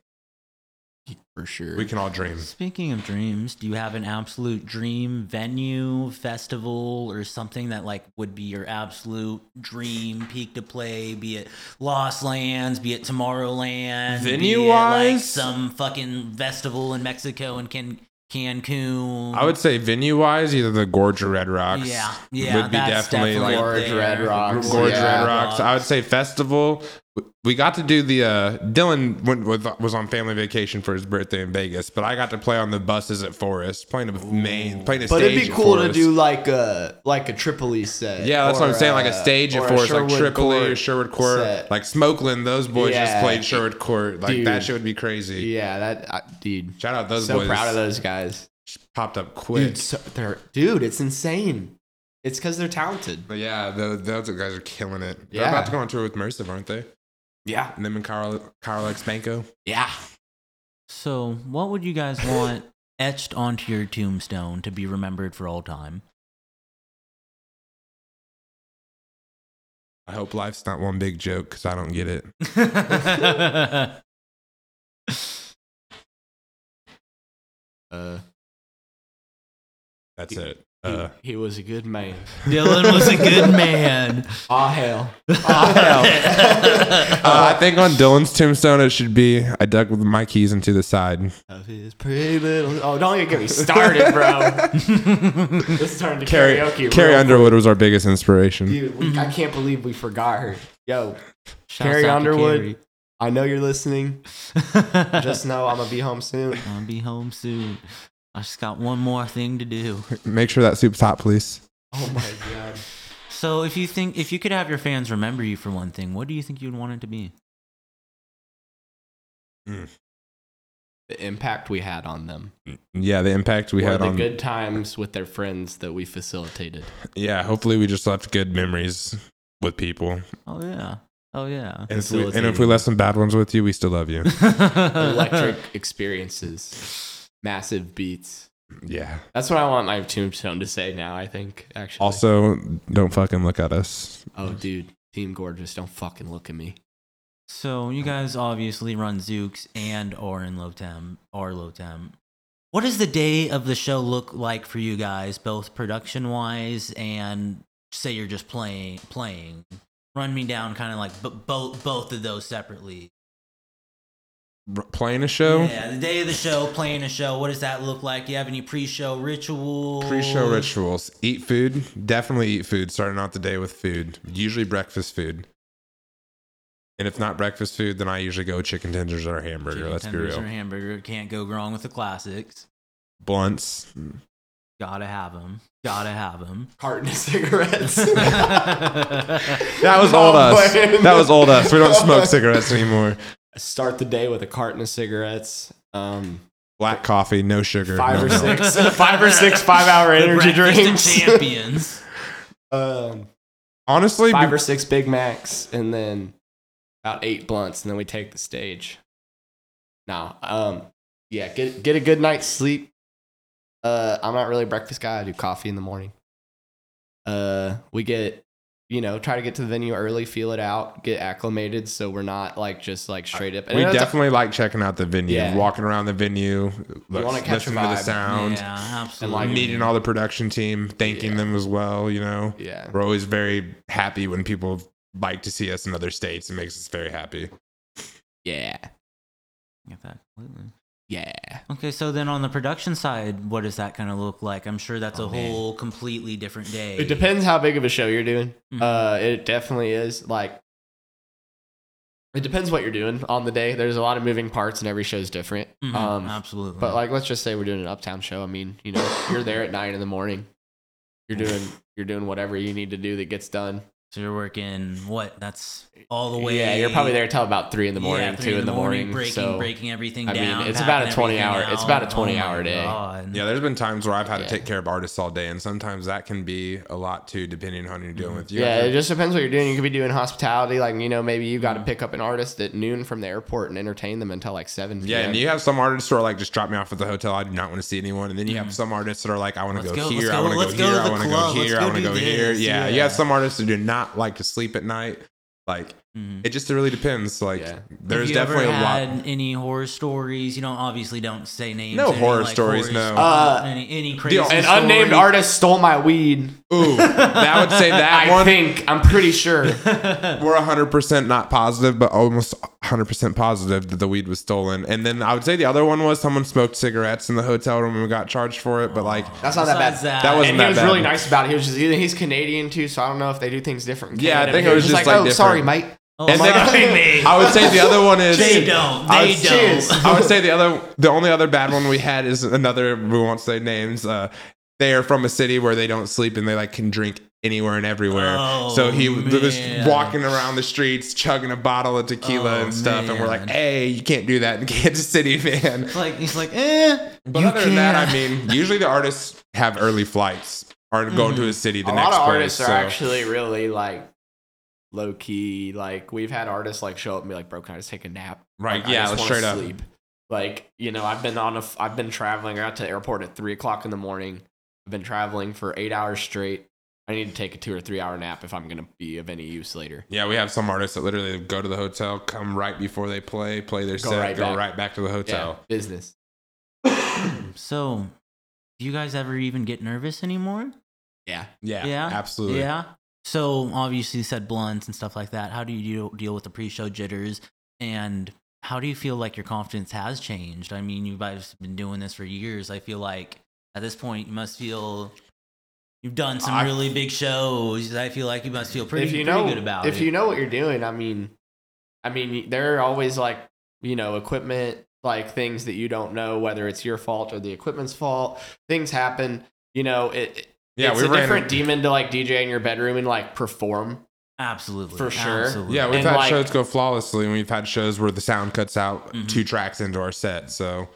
For sure.
we can all dream.
Speaking of dreams, do you have an absolute dream venue, festival, or something that like would be your absolute dream peak to play? Be it Lost Lands, be it Tomorrowland, be it, like,
Venue-wise?
some fucking festival in Mexico and can Cancun.
I would say venue wise, either the Gorge or Red Rocks.
yeah, yeah,
would be
that's
definitely, like,
up
Gorge,
there.
Red Rocks,
Gorge
Yeah.
Red Rocks. I would say festival. We got to do the uh, Dylan went with, was on family vacation for his birthday in Vegas, but I got to play on the buses at Forest, playing a main, playing a
but
stage.
it'd be
at
cool to
Forest.
do like a like a Tripoli set.
Yeah, that's what
or
I'm saying. Like a
a-
stage
or
at
a
Forest, like
Sherwood
Tripoli,
Court
Sherwood Court,
set.
like Smokeland. Those boys
Yeah.
just played Sherwood Court. Like
Dude.
that shit would be crazy.
Yeah, that I, dude.
Shout out those
so
boys.
proud of those guys.
Popped up quick.
Dude, so, they're, dude, it's insane. It's because they're talented.
But yeah, those, those guys are killing it. They're
Yeah.
about to go on tour with Mercive, aren't they?
Yeah,
And them and Carl, Carl X Banco.
yeah.
So, what would you guys want etched onto your tombstone to be remembered for all
<laughs>
time? <laughs>
I hope life's not one big joke because I don't get it.
Uh,
That's
<laughs>
it.
he-
Uh,
he was a good man.
Dylan was a good man.
Ah
<laughs>
hell. <laughs> Ah hell.
uh, I think on Dylan's tombstone it should be I dug with my keys into the side.
of his pretty little. Oh, don't even get me started, <laughs> bro. this turned to
Carrie,
karaoke. real
Carrie Underwood was our biggest inspiration.
Dude, we, I can't believe we forgot her. Yo,
Shouts
Carrie
out to
Underwood.
Carrie.
I know you're listening. <laughs>
<laughs>
Just know I'm gonna be home soon.
I'll be home soon. I just got one more thing to do.
<laughs> Make sure that soup's hot, please.
<laughs> Oh my god.
So, if you think if you could have your fans remember you for one thing, what do you think you'd want it to be?
The impact we had on them.
Yeah, the impact we
or
had
the
on.
good times with their friends that we facilitated. <laughs>
Yeah, hopefully we just left good memories with people.
Oh yeah. Oh yeah.
And if, we, and if we left some bad ones with you, we still
<laughs>
love you.
Electric experiences. Massive beats.
yeah.
That's what I want my tombstone to say now, I think, actually.
Also, don't fucking look at us.
Oh, dude, Team Gorgeous, don't fucking look at <laughs> me.
So you guys obviously run Zooks and are in Lotem are Lotem. What does the day of the show look like for you guys, both production wise and say you're just playing playing? Run me down, kind of like b- both both of those separately.
R- playing a show,
Yeah, the day of the show, playing a show. What does that look like? Do you have any pre-show rituals?
pre-show rituals, eat food. Definitely eat food. Starting out the day with food. Usually breakfast food. And if not breakfast food, then I usually go chicken tenders or hamburger.
Chicken
let's be
tenders
real.
Or hamburger can't go wrong with the classics.
Blunts.
Gotta have them. Gotta have <laughs>
<laughs>
them.
Carton of <laughs> cigarettes.
That was old us. That was old us. We don't smoke cigarettes anymore.
Start the day with a carton of cigarettes. Um,
Black coffee, no sugar.
five
no
or
milk.
six, <laughs> five or six five-hour
The
energy
breakfast of
drinks. <laughs>
Champions.
um,
Honestly,
five
be-
or six Big Macs, and then about eight blunts, and then we take the stage. Now, um, yeah, get get a good night's sleep. Uh, I'm not really a breakfast guy. I do coffee in the morning. Uh, we get, you know, try to get to the venue early, feel it out, get acclimated, so we're not like just like straight up.
we
that's-
definitely like checking out the venue,
Yeah.
walking around the venue,
wanna
lis-
catch a
listening to the
vibe.
sound,
Yeah, absolutely.
like,
meeting all the production team, thanking
Yeah.
them as well. You know,
yeah,
we're always very happy when people like to see us in other states. It makes us very happy.
Mm-hmm.
Yeah.
Get that completely.
Yeah.
Okay, so then on the production side, what does that kind of look like? I'm sure that's
Oh,
a
man.
whole completely different day.
It depends how big of a show you're doing.
Mhm.
Uh, it definitely is. Like, it depends what you're doing on the day. There's a lot of moving parts, and every show's different.
Mhm,
Um,
Absolutely.
But like, let's just say we're doing an uptown show. I mean, you know, you're there at nine in the morning. You're doing you're doing whatever you need to do that gets done.
so you're working what? That's all the way.
Yeah, you're probably there till about three in the morning,
yeah, three
two in the morning.
breaking,
so
breaking everything
I mean,
down.
it's about a
packing
20
everything
hour- it's
out.
about a
Oh
20
my
hour day.
God.
Yeah, there's been times where I've had
Yeah.
to take care of artists all day, and sometimes that can be a lot too, depending on who you're
Mm-hmm.
dealing with. You
yeah,
guys
it just depends what you're doing. You could be doing hospitality, like you know, maybe you got to pick up an artist at noon from the airport and entertain them until like seven.
Yeah,
PM.
and you have some artists who are like, just drop me off at the hotel. I do not want to see anyone. And then you have some artists that are like, I want to
Mm-hmm. Let's
go,
go, let's
here,
go,
I want to
let's
go
go
here,
to the
I want to go
club, let's
here, I
go
want to
do
go here.
this,
Yeah,
yeah.
you have some artists who do not like to sleep at night. Like
Mhm.
it just really depends. Like
Yeah.
there's
Have you
definitely a
ever
lot.
had any horror stories. You don't obviously don't say names.
No
any,
horror
like,
stories, no.
Uh,
any, any crazy.
an
An
story?
unnamed artist stole my weed.
Ooh, that
<laughs>
would say that
I
one.
think I'm pretty
<laughs>
sure.
We're 100% not positive, but almost 100% positive that the weed was stolen. And then I would say the other one was someone smoked cigarettes in the hotel room and got charged for it. But like,
That's not that bad.
Besides that,
That wasn't
and he was
bad.
really nice about it. He was just he's Canadian too, so I don't know if they do things different. in
Yeah, I
Canada.
think
He
it was just, like,
oh, sorry,
different.
mate.
Oh,
and
my
then-
God. <laughs> me.
I would say the other one is
They don't.
I
They
would-
don't.
Cheers.
<laughs> I would say the other, the only other bad one we had is another. We won't say names. Uh, they are from a city where they don't sleep and they like can drink anywhere and everywhere.
Oh,
so he was
man.
walking around the streets, chugging a bottle of tequila
Oh,
and stuff. And we're like,
man.
"Hey, you can't do that in Kansas City, man."
It's Like he's like, eh.
But
you
other than that,
can't.
I mean, usually the artists have early flights or go
Mm-hmm.
to a city the
a
next
lot of
place.
artists are
so-
actually really like low key. Like we've had artists like show up and be like, "Bro, can I just take a nap?"
Right,
Like, I
yeah,
just
let's
wanna
straight up.
Like you know, I've been on a, f- I've been traveling. I got to the airport at three o'clock in the morning. I've been traveling for eight hours straight. I need to take a two or three hour nap if I'm gonna be of any use later.
Yeah, we have some artists that literally go to the hotel, come right before they play, play their
Go
set,
right
go
back.
right back to the
Yeah,
hotel.
business.
So, do you guys ever even get nervous anymore?
Yeah.
Yeah,
Yeah.
absolutely.
Yeah. So obviously, you said blunts and stuff like that. How do you deal, deal with the pre-show jitters, and how do you feel like your confidence has changed? I mean, you guys have been doing this for years. I feel like at this point, you must feel you've done some
I-
really big shows. I feel like you must feel pretty,
if you
pretty
know
good about
if
it.
you know what you're doing i mean i mean there are always like you know equipment like things that you don't know whether it's your fault or the equipment's fault things happen you know it
Yeah,
it's
we
a
ran.
different demon to like dj in your bedroom and like perform
absolutely,
for sure.
absolutely.
yeah, we've
and,
had
like-
shows go flawlessly, and we've had shows where the sound cuts out
Mhm.
two tracks into our set. So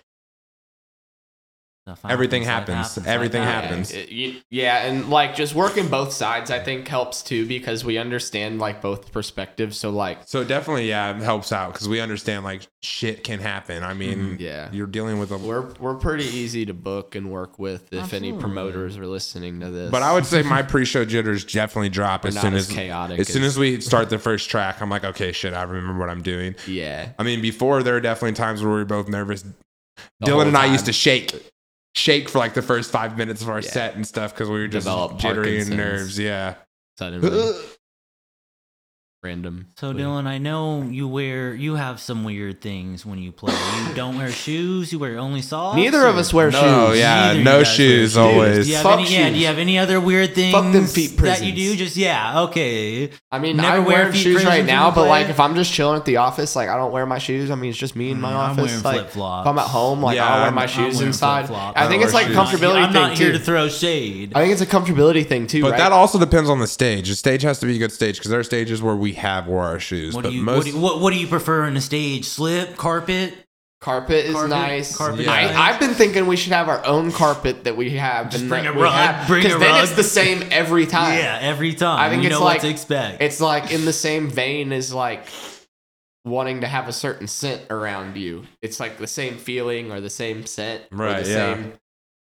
Stuff
everything
that
happens. Everything
that.
happens.
Yeah, Uh, it- you- yeah, and like just working both sides, I think helps too because we understand like both perspectives. So like,
So definitely, yeah, it helps out because we understand like shit can happen. I mean,
Mm-hmm.
yeah,
you're dealing with a.
we're we're pretty easy to book and work with if
Absolutely.
any promoters are listening to this.
But I would say my pre-show jitters definitely drop
We're
as
not
soon
as
as
chaotic
as soon as we start the first track. I'm like, okay, shit, I remember what I'm doing.
yeah.
I mean, before there were definitely times where we were both nervous.
the whole
Dylan and I used
time.
to shake, shake for like the first five minutes of our
Yeah.
set and stuff because we were just
Develop
jittery and
Parkinson's.
nerves. Yeah. <laughs>
suddenly random.
So Dylan, I know you wear you have some weird things when you play. You don't wear shoes. You wear only socks.
Neither of
or-
us wear
No,
shoes.
yeah,
Neither
no
you guys
shoes
wear shoes.
always.
Do you have
Fuck
any, Yeah, do you
shoes.
have any other weird things
Fuck them feet
that you
prisons.
do? Just yeah, okay.
I mean,
Never
I
wear
wear
feet
shoes
prisons
right
when
now,
you
but
play?
like if I'm just chilling at the office, like I don't wear my shoes. I mean, it's just me in my
Mm, I'm
office.
wearing
like,
flip-flops.
If I'm at home, like
Yeah,
I'll wear
I'm-
my
I'm
shoes
wearing
inside.
flip-flops.
I think
I
it's
wear
like
shoes.
comfortability
I'm not
thing
here
too.
to throw shade.
I think it's a comfortability thing too.
But
right?
that also depends on the stage. The stage has to be a good stage because there are stages where we have wore our shoes.
what
but
do you
most
what, do, you- what what do you prefer on the stage? Slip, carpet?
carpet is
Carpet-
nice.
carpet
is
I,
nice.
I've been thinking we should have our own carpet that we have.
Just
and
bring
that
a
we
rug,
have,
bring
'cause
a
then
rug.
it's the same every
<laughs>
time.
Yeah, every time.
I think
you
it's
know
like
what to expect.
It's like in the same vein as like wanting to have a certain scent around you. It's like the same feeling or the same scent, or
Right,
the
yeah.
Same,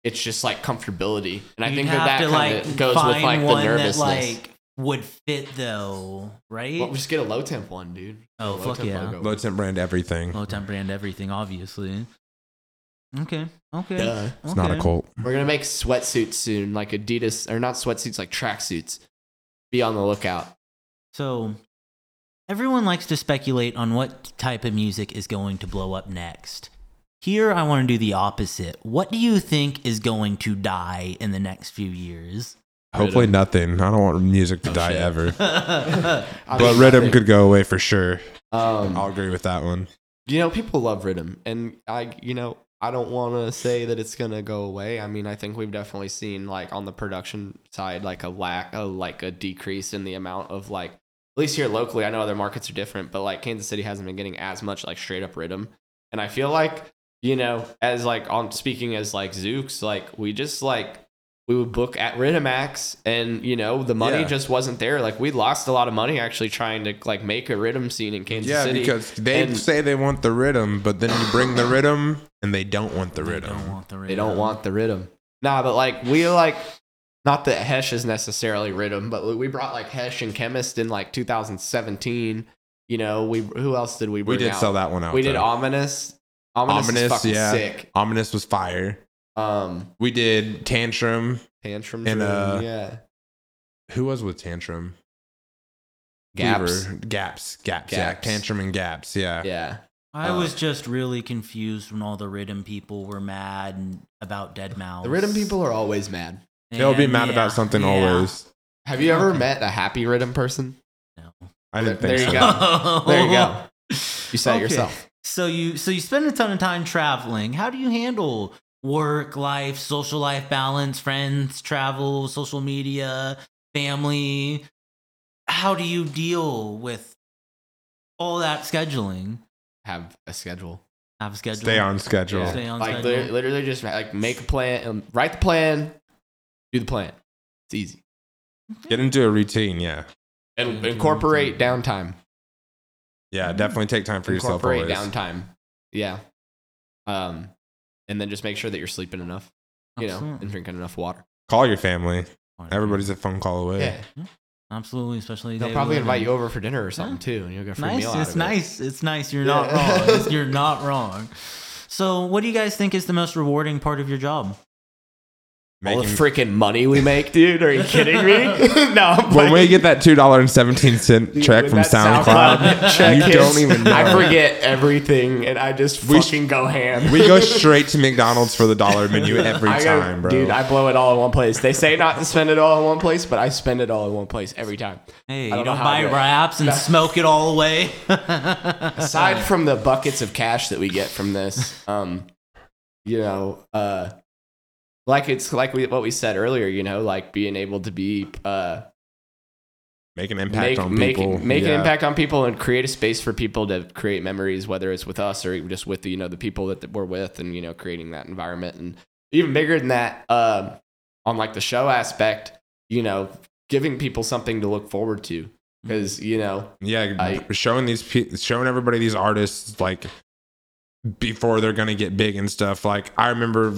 it's just like comfortability, and I
You'd
think
have
that that
to
kind
like
of goes with
find
like
one
the nervousness.
that like would fit though, right?
well, just get a low temp one, dude.
Oh,
A low
fuck
temp
yeah.
logo.
low temp brand everything.
Low temp brand everything, obviously. Okay. Okay.
Duh.
It's not a
okay.
cult.
We're gonna make sweatsuits soon, like Adidas or not sweatsuits, like tracksuits. Be on the lookout.
So Everyone likes to speculate on what type of music is going to blow up next. Here, I want to do the opposite. What do you think is going to die in the next few
<laughs>
years?
Hopefully
Rhythm.
nothing. I don't want music to
Oh,
die
shit.
<laughs>
ever.
I
But
mean,
rhythm
I
could go away for sure.
think,
I'll
Um,
agree with that one.
you know, people love rhythm, and I, you know, I don't want to say that it's gonna go away. I mean, I think we've definitely seen like on the production side, like a lack, a, like a decrease in the amount of like, at least here locally. I know other markets are different, but like Kansas City hasn't been getting as much like straight up rhythm, and I feel like you know, as like on speaking as like Zooks, like we just like we would book at Rhythmax and you know the money
Yeah.
just wasn't there. Like we lost a lot of money actually trying to like make a rhythm scene in Kansas
Yeah,
City.
because they
and-
say they want the rhythm, but then you bring the rhythm and they don't want the
They
rhythm.
don't want the rhythm.
They don't want the rhythm. Nah, but like we like not that Hesh is necessarily rhythm, but we brought like Hesh and Chemist in like 2017. You know, we who else did we
we
bring?
did
out?
sell that one out.
We did
though.
ominous. Ominous, is
Ominous,
fucking
yeah.
sick.
Ominous was fire.
Um,
We did Tantrum.
tantrum.
And, uh,
yeah,
Who was with Tantrum?
gaps.
Weaver. Gaps. Gaps. Yeah.
Gaps.
Tantrum and Gaps. Yeah.
Yeah,
I
Uh,
was just really confused when all the rhythm people were mad and- about Dead Mouse.
the rhythm people are always mad.
They'll be
And
mad
yeah,
about something
yeah.
always.
Have you ever met a happy rhythm
<laughs>
person?
I didn't
There
think
you
so.
go. There
<laughs>
you go. You said
Okay.
it yourself.
So you so you spend a ton of time traveling. How do you handle work, life, social life balance, friends, travel, social media, family? How do you deal with all that scheduling?
Have a schedule.
Have a schedule.
<laughs> Stay on schedule.
Yeah.
Stay on
like
schedule.
li- literally just like make a plan, um, write the plan, do the plan. It's easy.
Mm-hmm.
Get into a routine. Yeah.
And incorporate downtime.
Yeah. Definitely take time for yourself
Incorporate
always.
downtime. Yeah. Um, and then just make sure that you're sleeping enough, you know,
Absolutely.
and drinking enough water.
Call your family. Everybody's a phone call away.
Yeah.
absolutely, especially
They'll
they
probably
live
invite
in-
you over for dinner or something too, and you'll get a free
nice.
meal out
It's
of it.
nice. It's nice. You're not
Yeah.
wrong. It's-
<laughs>
You're not wrong. So, what do you guys think is the most rewarding part of your job?
All the
Making-
freaking money we make, dude. Are you kidding me?
<laughs>
<laughs> no, I'm
when
playing.
we get that two dollar and seventeen cent
Dude,
check
when
from
that <laughs>
SoundCloud,
check
you
hits,
don't even know.
I forget everything, and I just
We sh-
fucking go ham. <laughs>
we go straight to McDonald's for the dollar menu every
I go-
time, bro.
Dude, I blow it all in one place. They say not to spend it all in one place, but I spend it all in one place every time.
Hey,
don't
you
know
don't
how
buy
to-
wraps and
<laughs> No.
smoke it all away. <laughs>
Uh-huh.
Aside from the buckets of cash that we get from this, um, you know, uh, like it's like we, what we said earlier, you know, like being able to be uh,
make an impact
make
on
make
people.
make an
Yeah.
impact on people and create a space for people to create memories, whether it's with us or just with you know the people that, that we're with, and you know creating that environment. And even bigger than that, um, on like the show aspect, you know, giving people something to look forward to
Mm-hmm.
because you know
Yeah,
I-
showing these pe- showing everybody these artists like before they're gonna get big and stuff. Like I remember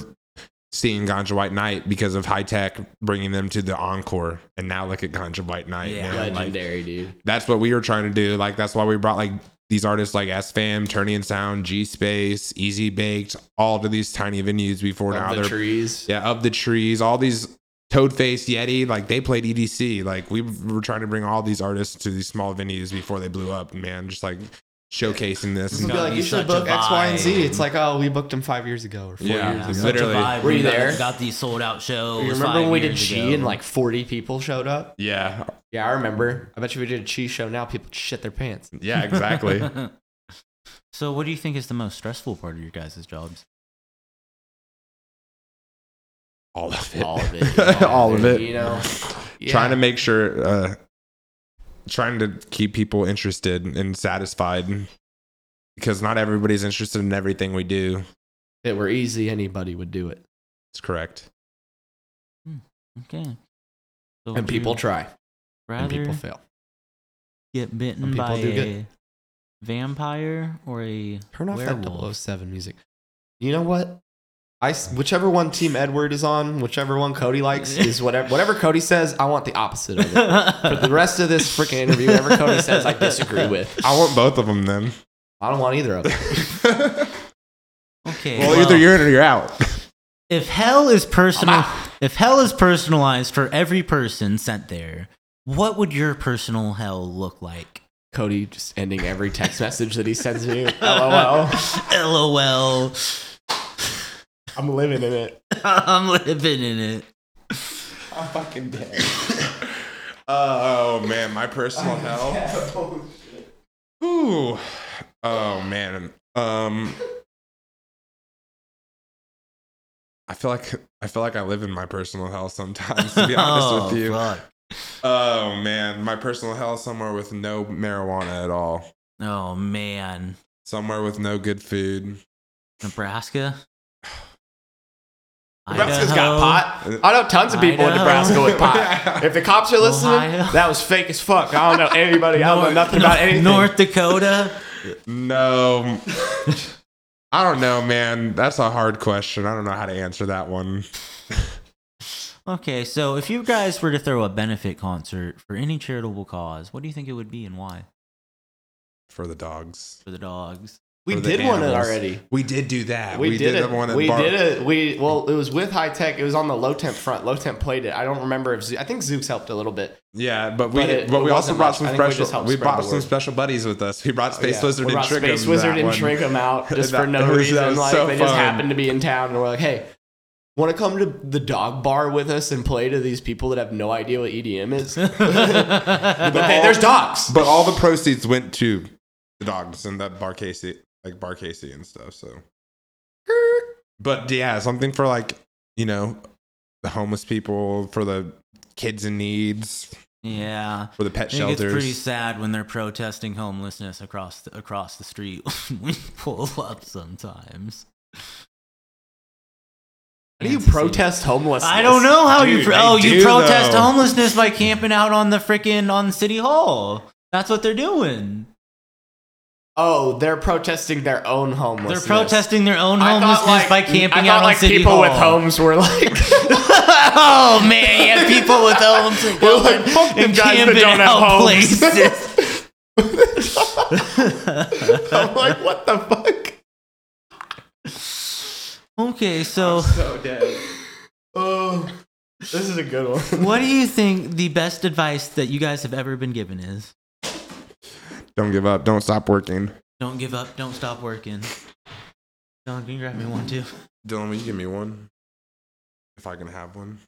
seeing Ganja White Knight because of high tech bringing them to the encore, and now look at Ganja White Knight.
Yeah.
man. Like,
legendary dude.
that's what we were trying to do. Like that's why we brought like these artists like S Fam, Turning Sound, G Space, Easy Baked, all to these tiny venues before now
Of the
they're
trees.
yeah of the trees. All these Toadface, Yeti, like they played EDC. Like we were trying to bring all these artists to these small venues before they blew up. Man, just like showcasing this.
It's
People be
And,
gotta
like,
be
you should
such a
book X, Y, and Z.
vibe.
It's like, oh, we booked them five years ago or four
Yeah.
years
such
ago.
a
literally.
vibe.
Were you
got-
there?
Got these sold out shows.
You
five
remember when we did
years
Chi
ago.
and like 40 people showed up?
yeah,
Yeah, I remember. I bet you if we did a Chi show now, people shit their pants.
<laughs>
yeah, exactly.
so, what do you think is the most stressful part of your guys' jobs?
all of it,
All of it.
<laughs> all of it.
You know, Yeah.
trying to make sure, uh, trying to keep people interested and satisfied, because not everybody's interested in everything we do.
If it were easy, anybody would do it.
It's correct.
Okay. So
And
would you
people try.
rather
And people fail.
get bitten
and people
by
do
a
get-
vampire or a
Turn off that
werewolf?
007 music. You know what? I, s- whichever one Team Edward is on, whichever one
<laughs>
Cody likes, is whatever, whatever Cody says, I want the opposite of it. for the rest of this freaking interview, whatever Cody says, I disagree with.
I <laughs> want both of them then.
I don't want either of them.
Okay.
well, either you're in or you're out.
If hell is personal,
I'm
if hell is personalized for every person sent there, what would your personal hell look like? <laughs>
Cody just ending every text <laughs> message that he sends me. LOL.
LOL. <laughs>
I'm living in it.
I'm living in it.
<laughs> I'm fucking dead. <laughs> oh man, my <laughs> personal hell. oh, Ooh. Oh man. Um. I feel like I feel like I live in my personal hell sometimes. To be
<laughs>
honest <laughs> with you.
Fuck.
Oh man, my personal hell somewhere with no marijuana at all.
Oh man,
Somewhere with no good food.
Nebraska.
Nebraska's
Idaho.
got
<laughs>
pot. I know tons of people in
Idaho.
Nebraska with <laughs> pot. If the cops are listening,
Ohio.
that was fake as fuck. I don't know anybody. I don't know nothing about anything.
North Dakota.
<laughs>
No. I don't know, man. That's a hard question. I don't know how to answer that one.
Okay, so if you guys were to throw a benefit concert for any charitable cause, what do you think it would be and why?
For the dogs.
For the dogs.
We
For the
did one
animals.
already.
We did do that.
We, did, it.
the one at
we
Bar-
did it. We well, it was with high tech. It was on the low temp front. Low temp played it. I don't remember if Zoo, I think Zooks helped a little bit.
Yeah, but we
But
but,
it- it
we also
wasn't
brought
much. I
some
think we just
special
helped
we
spread
brought
the
some
word. Oh,
special buddies with us. We brought Space
Yeah.
Wizard
We
and
brought
Trick
Space
Em
Wizard
that
and
one.
Trink'em
<laughs>
out just
That-
for no
that was- that
reason.
was
Like
so
they just
fun.
happened to be in town and we're like, hey, want to come to the dog bar with us and play to these people that have no idea what EDM
<laughs>
is? <laughs> but hey, there's dogs.
But all the proceeds went to the dogs and that bar Casey, like bar Casey and stuff. So, but yeah, something for like you know the homeless people, for the kids in needs,
yeah.
for the pet
I think it's pretty
shelters.
sad when they're protesting homelessness across the, across the street. <laughs> we pull up sometimes.
How do you
Fancy seeing-
protest homelessness?
I don't know how you.
Dude,
Pro-
they
oh, you
do,
protest
though.
homelessness by camping out on the freaking on City Hall. That's what they're doing.
Oh, they're protesting their own
They're
homelessness.
protesting their own
I
homelessness
thought, like,
by camping
I
out
thought,
on
like
City
people
Hall.
with homes were
<laughs>
like, <laughs>
oh man, yeah, people with homes are
We're like,
going
"Fuck them
and
guys that
camping
don't have
out
homes." <laughs>
places. <laughs>
I'm like, what the fuck?
okay, so
So dead. Oh, this is a good one. <laughs>
what do you think the best advice that you guys have ever been given is?
Don't give up. Don't stop working.
Don't give up. Don't stop working. Don, can you grab me one too?
Dylan, will you give me one? If I can have one.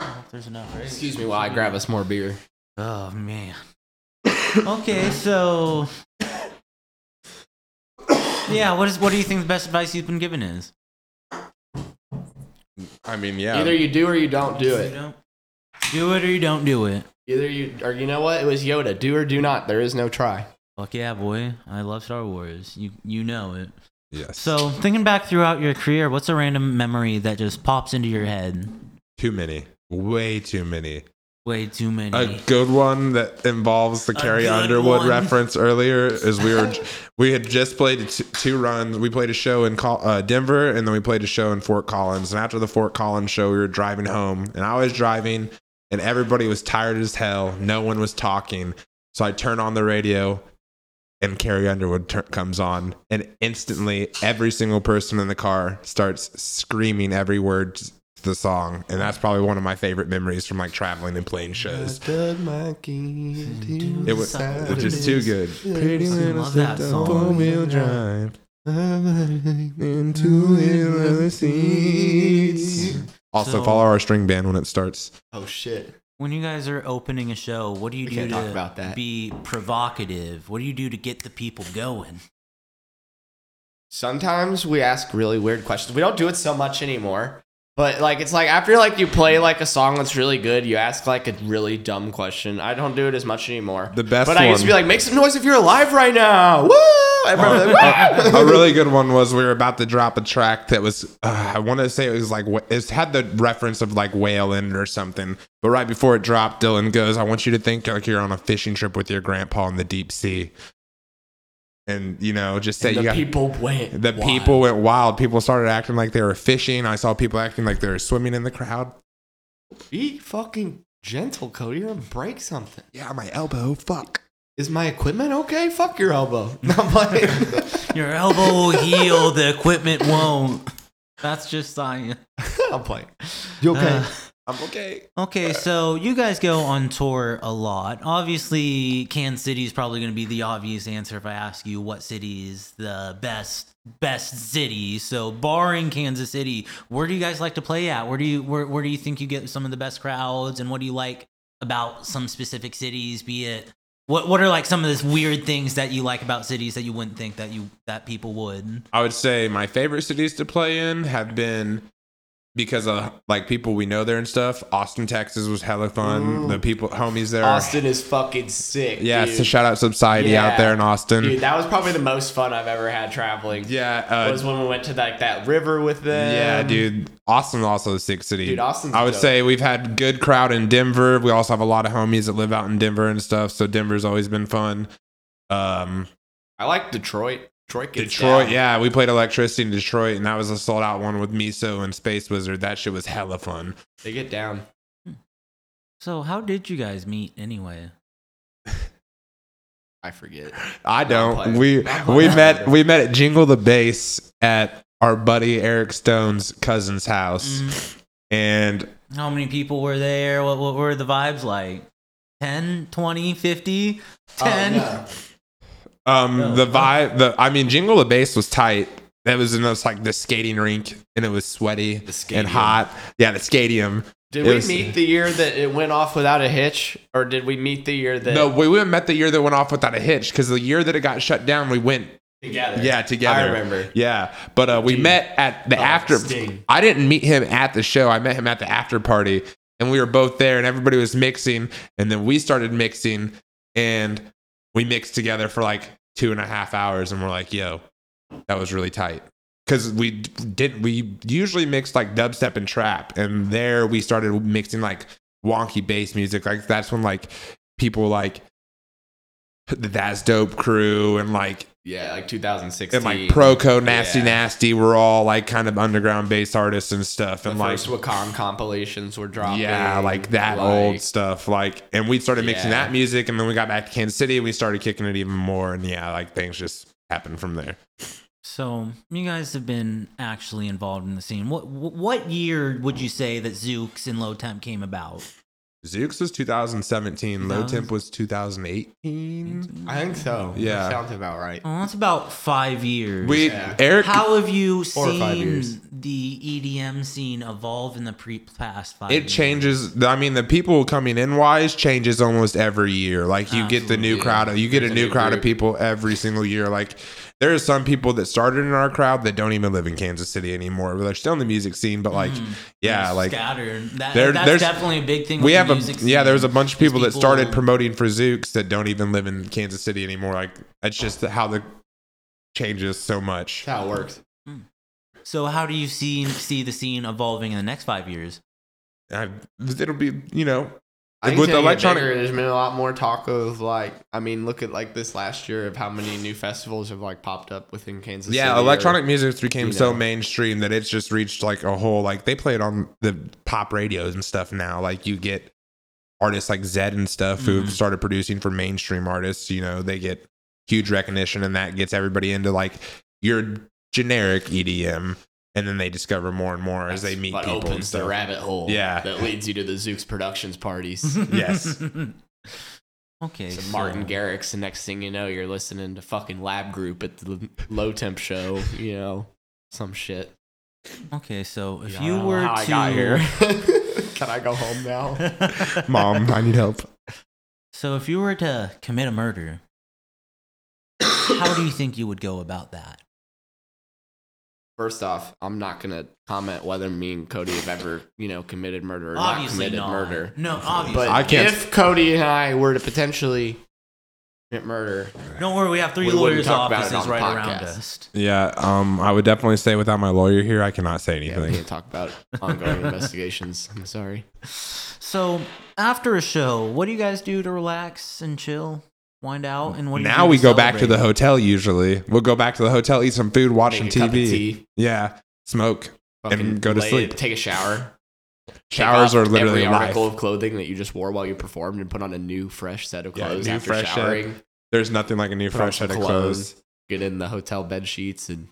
Oh, There's enough, right?
Excuse me while I grab us more beer.
Oh man. okay, so yeah, what is what do you think the best advice you've been given is?
I mean, yeah.
Either you do or you don't do
You
it.
don't do it or you don't do it.
Either you or you know what? It was Yoda. Do or do not. There is no try.
Fuck yeah, boy! I love Star Wars. You you know it.
yes.
So thinking back throughout your career, what's a random memory that just pops into your head?
too many. Way too many.
Way too many.
A good one that involves the Carrie
good
Underwood
one.
reference earlier is we
<laughs>
were we had just played two, two runs. We played a show in Col- uh, Denver, and then we played a show in Fort Collins. And after the Fort Collins show, we were driving home, and I was driving, and everybody was tired as hell. No one was talking, so I turn on the radio, and Carrie Underwood tur comes on, and instantly every single person in the car starts screaming every word. to The song, and that's probably one of my favorite memories from like traveling and
Oh
playing shows. It was,
Saturdays.
it was just too good. Pretty
little love that sister, song. four-wheel
drive. Into Mm-hmm.
leather seats.
Also,
So-
follow our string band when it starts.
Oh shit.
When you guys are opening a show, what do you
We
do
can't
to
talk about that.
be provocative? What do you do to get the people going?
Sometimes we ask really weird questions. We don't do it so much anymore. But like it's like after like you play like a song that's really good, you ask like a really dumb question. I don't do it as much anymore.
The best
But I used to be
one.
like, make some noise if you're alive right now. Woo! Everybody was like,
<laughs> a really good one was we were about to drop a track that was uh, I want to say it was like wh- it's had the reference of like whale in it or something, but right before it dropped, Dylan goes, "I want you to think like you're on a fishing trip with your grandpa in the deep sea," and you know just say
Woo!
you
The
got
people went.
The
wild.
people went wild. People started acting like they were fishing. I saw people acting like they were swimming in the crowd.
Be fucking gentle, Cody. You're gonna break something.
Yeah, my elbow. Fuck.
Is my equipment okay? Fuck your elbow. <laughs> No, I'm like,
Your elbow will heal, the equipment won't. That's just science.
I'm playing. You
Uh,
I'm okay.
Okay, so you guys go on tour a lot. Obviously, Kansas City is probably going to be the obvious answer if I ask you what city is the best best city. So, barring Kansas City, where do you guys like to play at? Where do you where, where do you think you get some of the best crowds and what do you like about some specific cities, be it what what are like some of these weird things that you like about cities that you wouldn't think that you that people would?
I would say my favorite cities to play in have been because of like people we know there and stuff. Austin, Texas was hella fun.
Ooh.
The people homies there. are-
Austin is fucking sick.
yeah,
dude.
so shout out Subsidy out
Yeah.
there in Austin.
Dude, that was probably the most fun I've ever had traveling.
yeah, uh,
was when we went to like that river with them.
yeah, dude. Austin also a sick city.
Dude, Austin's
I would
dope.
say we've had good crowd in Denver. We also have a lot of homies that live out in Denver and stuff. So Denver's always been fun. Um,
I like Detroit. Detroit gets
Detroit,
down.
yeah, we played Electricity in Detroit, and that was a sold out one with Miso and Space Wizard. That shit was hella fun.
They get down.
So, how did you guys meet anyway?
I forget.
I don't.
playing.
We
Not
we
playing.
met we met at Jingle the Bass at our buddy Eric Stone's cousin's house,
Mm,
and
How many people were there? What, what were the vibes like? 10, 20, 50,
Oh,
10?
Oh,
um
Oh,
the
oh.
vibe the I mean Jingle the Bass was tight. That was in this like the skating rink, and it was sweaty
The
and
stadium.
hot. Yeah, the stadium.
Did
It
we
was-
meet the year that it went off without a hitch, or did we meet the year that
No, we went met the year that went off without a hitch because the year that it got shut down, we went
together?
yeah together.
I remember.
Yeah, but uh, we
Dude.
met at the
Oh,
after.
Sting.
I didn't meet him at the show. I met him at the after party, and we were both there, and everybody was mixing, and then we started mixing, and we mixed together for like two and a half hours, and we're like, "Yo, that was really tight." Because we d- did, we usually mixed like dubstep and trap, and there we started mixing like wonky bass music. Like that's when like people like the That's Dope crew and like
Yeah, like 2016.
and like Proco, Nasty
Yeah.
Nasty, we're all like kind of underground bass artists and stuff,
The
and like
first Wakam compilations were dropping.
yeah, like that old stuff. Like, and we started mixing
Yeah.
that music, and then we got back to Kansas City, and we started kicking it even more, and yeah, like things just happened from there.
So, you guys have been actually involved in the scene. What what year would you say that Zooks and Low Temp came about?
Zooks was 2017, Low Temp was 2018.
I think so.
Yeah.
sounds about right.
Oh, that's about five years.
We
Yeah.
Eric,
How have you
Four or five
seen
years.
the EDM scene evolve in the pre past five
it
years?
changes. I mean, the people coming in wise changes almost every year. Like you get the new
Absolutely.
crowd, you get
There's
a
a
new
new
crowd of
group.
people every single year. Like there are some people that started in our crowd that don't even live in Kansas City anymore. They're still in the music scene, but like,
Mm.
yeah,
It's
like
scattered. That,
there-
that's
there's-
definitely a big thing.
we
with
have
the
a
music
yeah. There was a
scene.
bunch of people that
people-
started promoting for Zooks that don't even live in Kansas City anymore. Like that's just how the changes so much.
That's how it works.
So, how do you see see the scene evolving in the next five years?
I, it'll be you know
I think
With
with electronic,
electronic-
bigger, there's been a lot more talk of like, I mean, look at like this last year of how many new festivals have like popped up within Kansas.
Yeah,
City or-
electronic music's became
you
so
know.
mainstream that it's just reached like a whole like they play it on the pop radios and stuff now. Like you get artists like Zed and stuff who've
Mhm.
started producing for mainstream artists, you know, they get huge recognition and that gets everybody into like your generic EDM and then they discover more and more as they meet
But
people and
opens the
stuff.
rabbit hole.
Yeah.
that leads you to the Zooks Productions <laughs>
<laughs>
parties.
Yes.
<laughs> okay.
Some
so-
Martin Garrix, and next thing you know, you're listening to fucking Lab Group at the low temp show. You know, some shit.
Okay, so if
Yeah, I
you
don't know
were
how
to
I
<laughs>
got here. Can I go home now?
Mom, I need help.
so if you were to commit a murder, how do you think you would go about that?
First off, I'm not gonna comment whether me and Cody have ever, you know, committed murder or
obviously
not committed
not.
murder.
No, obviously.
But
I can't-
if Cody and I were to potentially commit murder,
Don't worry, we have three
We wouldn't
lawyers'
talk about it
offices
on the
right around
podcast.
us.
<laughs> Yeah, um I would definitely say without my lawyer here I cannot say
yeah, we
anything.
can't talk about
<laughs>
ongoing investigations. I'm sorry.
So after a show, what do you guys do to relax and chill, wind out, and what? Do you
now
do
we
to
go back to the
celebrate?
hotel ucually. We'll go back to the hotel, eat some food, watch some
Make a cup of
TV.
tea,
Yeah, smoke.
fucking
go to
lay-
sleep.
Take a shower. Take
Showers
off
are literally
every
life.
article of clothing that you just wore while you performed and put on a new fresh set of
Yeah,
clothes
new
after
fresh set.
showering.
There's nothing like a new
Put
fresh
on
set
some
of clothes.
Get in the hotel bed sheets and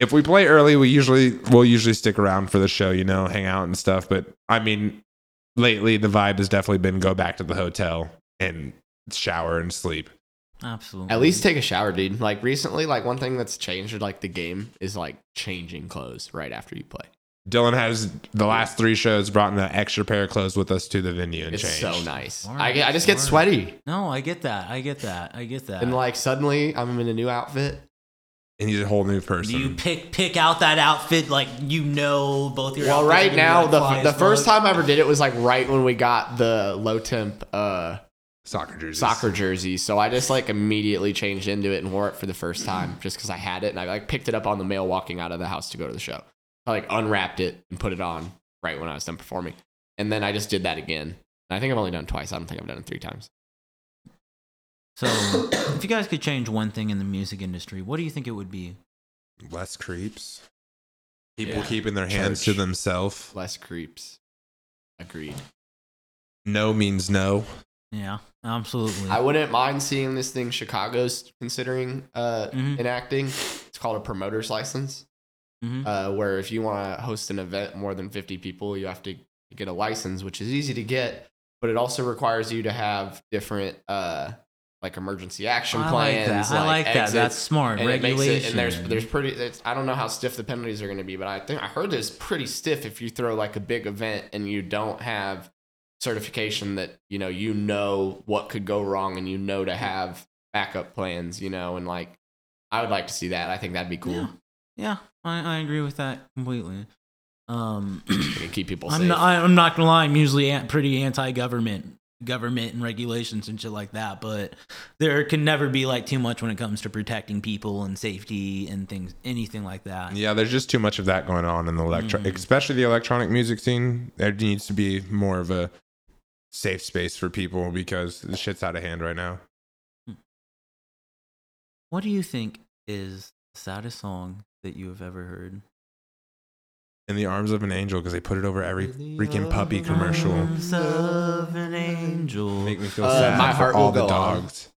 If we play early, we usually we'll usually stick around for the show, you know, hang out and stuff. But I mean, lately the vibe has definitely been go back to the hotel and shower and sleep.
Absolutely.
At least take a shower, dude. Like recently, like one thing that's changed in, like the game is like changing clothes right after you play.
Dylan has the last three shows brought an extra pair of clothes with us to the venue and
It's
changed.
so nice.
Smart,
I, get- I just get
smart.
sweaty
No, I get that. I get that. I get that.
and like suddenly I'm in a new outfit.
And he's a whole new
Do
person.
you pick pick out that outfit like you know both your
Well,
outfits
right
are gonna be,
now
like,
the
fly
the
as
first
fuck?
time I ever did it was like right when we got the low temp uh
soccer jerseys.
soccer jersey. So I just like immediately changed into it and wore it for the first time just because I had it and I like picked it up on the mail walking out of the house to go to the show. I like unwrapped it and put it on right when I was done performing. And then I just did that again. And I think I've only done it twice. I don't think I've done it three times.
So, if you guys could change one thing in the music industry, what do you think it would be?
Less creeps. People
Yeah.
keeping their hands
Church.
to themselves.
Less creeps. Agreed.
No means no.
Yeah, absolutely.
I wouldn't mind seeing this thing Chicago's considering uh,
Mhm.
enacting. It's called a promoter's license,
Mhm.
uh, where if you want to host an event more than 50 people, you have to get a license, which is easy to get, but it also requires you to have different uh, like emergency action
I like
plans.
that. I like that.
exits,
That's smart.
and it makes
Regulation.
it- and there's there's pretty. It's, I don't know how stiff the penalties are going to be, but I think I heard it's pretty stiff if you throw like a big event and you don't have certification that you know you know what could go wrong and you know to have backup plans. You know, and like I would like to see that. I think that'd be cool.
Yeah. yeah, I, I agree with that completely. Um,
<clears throat>
<clears throat>
And keep people safe.
I'm not, I'm not gonna lie. I'm usually an- pretty anti-government, government and regulations and shit like that. But there can never be like too much when it comes to protecting people and safety and things, anything like that.
Yeah, there's just too much of that going on in the electro,
Mhm.
especially the electronic music scene. There needs to be more of a safe space for people because the shit's out of hand right now.
What do you think is the saddest song that you have ever heard?
In the arms of an angel because they put it over every
In the
freaking puppy
arms
commercial.
Arms of an angel.
Make me feel
Uh,
sad
my
for
heart
all
will
the
go on.
dogs.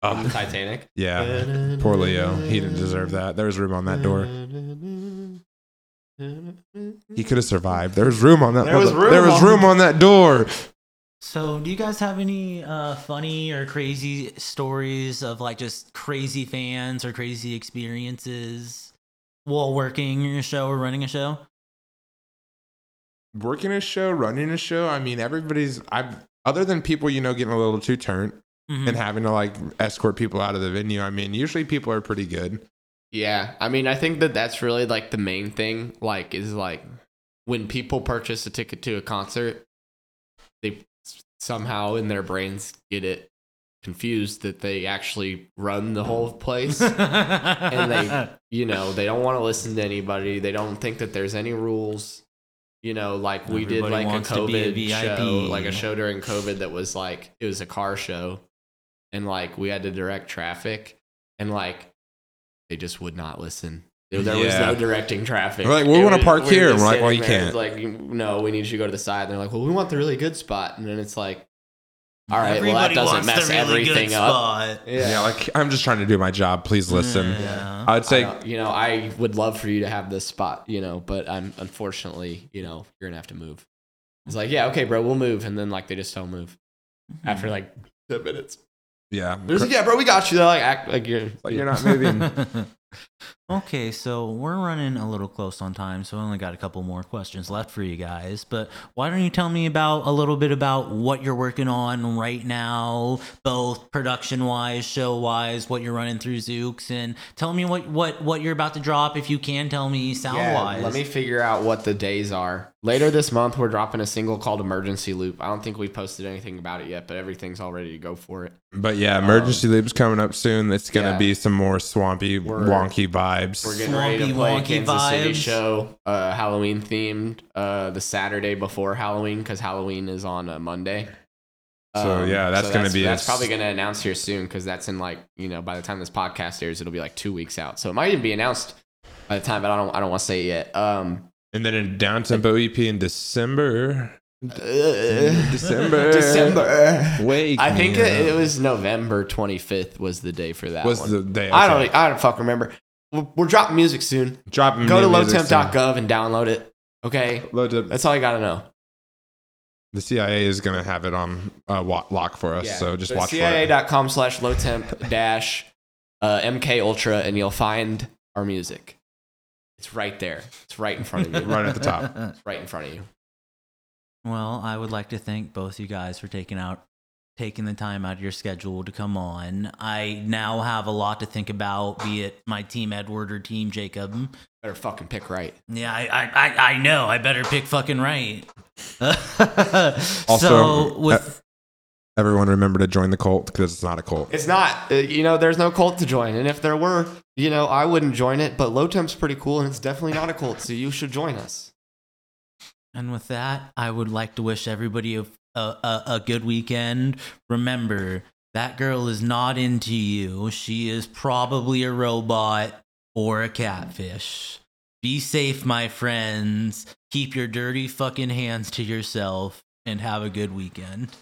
From Oh, the
Ugh,
Titanic.
yeah, poor Leo. He didn't deserve that. There was room on that door.
<laughs>
He could have survived. There was room on that.
There was room
There was
on-
room on that door.
So, do you guys have any uh, funny or crazy stories of like just crazy fans or crazy experiences while working a show or running a show?
Working a show, running a show. I mean, everybody's. I've other than people you know getting a little too turnt
Mhm. <laughs>
and having to like escort people out of the venue. I mean, usually people are pretty good.
Yeah, I mean, I think that that's really like the main thing. Like, is like when people purchase a ticket to a concert, they somehow in their brains get it confused that they actually run the
<laughs>
whole place.
and
they- you know, they don't want to listen to anybody. They don't think that there's any rules. You know, like we did
Everybody
like a
wants to be a
COVID
VIP.
show, like a show during COVID that was like it was a car show, and like we had to direct traffic, and like they just would not listen. There, there was
Yeah.
no directing traffic.
We're like, "We
It
wanna
was-
park
we were
here."
just
We're like, "Well,
sitting
you
there.
can't."
It's Like, you- no, we need you to go to the side. And they're like, well, we want the really good spot, and then it's like, all right, well that doesn't mess everything up.
Yeah. like I'm just trying to do my job. Please listen.
Yeah.
I would say
I don't- you know, I would love for you to have this spot, you know, but I'm unfortunately, you know, you're gonna have to move. It's like, yeah, okay, bro, we'll move, and then like they just don't move after like ten minutes.
yeah.
They're just like, yeah, bro, we got you. They're like, act like you're, <laughs>
Like, you're not moving.
<laughs> okay, so we're running a little close on time, so I only got a couple more questions left for you guys. But why don't you tell me about a little bit about what you're working on right now, both production wise, show wise, what you're running through Zooks, and tell me what what what you're about to drop if you can tell me sound
Yeah,
wise.
Let
<laughs>
me figure out what the days are. Later this month, we're dropping a single called "Emergency Loop." I don't think we posted anything about it yet, but everything's all ready to go for it.
But yeah, emergency loop's coming up soon. It's gonna
yeah.
be some more swampy,
We're-
wonky vibes.
We're getting ready to
Swampy,
play
wonky
Kansas City
vibes.
show, uh, Halloween themed, uh, the Saturday before Halloween because Halloween is on a Monday. Um,
So, yeah, that's gonna be a
that's
s-
probably gonna announce here soon because that's in like you know by the time this podcast airs it'll be like two weeks out so it might even be announced by the time but I don't I don't want to say it yet.
<laughs>
Um,
and then a down tempo EP E
<laughs>
in December. December.
December.
Wait,
I think it, it was November 25th was the day for that
was
one.
the day.
I don't e, I don't fucking remember. We're, we're dropping music soon.
drop.
Go to lowtemp.gov and download it. Okay,
Low temp.
that's all you gotta know.
The CIA is gonna have it on uh, wa- lock for us, so just
but
watch for it.
CIA.com slash low temp dash uh, MK Ultra and you'll find our music. It's right there. It's right in front of <laughs> you.
Right at the top.
It's right in front of you.
Well, I would like to thank both you guys for taking out taking the time out of your schedule to come on. I now have a lot to think about, be it my team Edward or team Jacob.
Better fucking pick right.
Yeah, I I, I, I know. I better pick fucking right. <laughs> so
Also,
with
Everyone remember to join the cult because it's not a cult.
It's not, uh, you know, there's no cult to join. And if there were, you know, I wouldn't join it, but low temp's pretty cool and it's definitely not a cult, so you should join us.
and with that, I would like to wish everybody a a, a, a good weekend. Remember, that girl is not into you. She is probably a robot or a catfish. Be safe, my friends. Keep your dirty fucking hands to yourself and have a good weekend.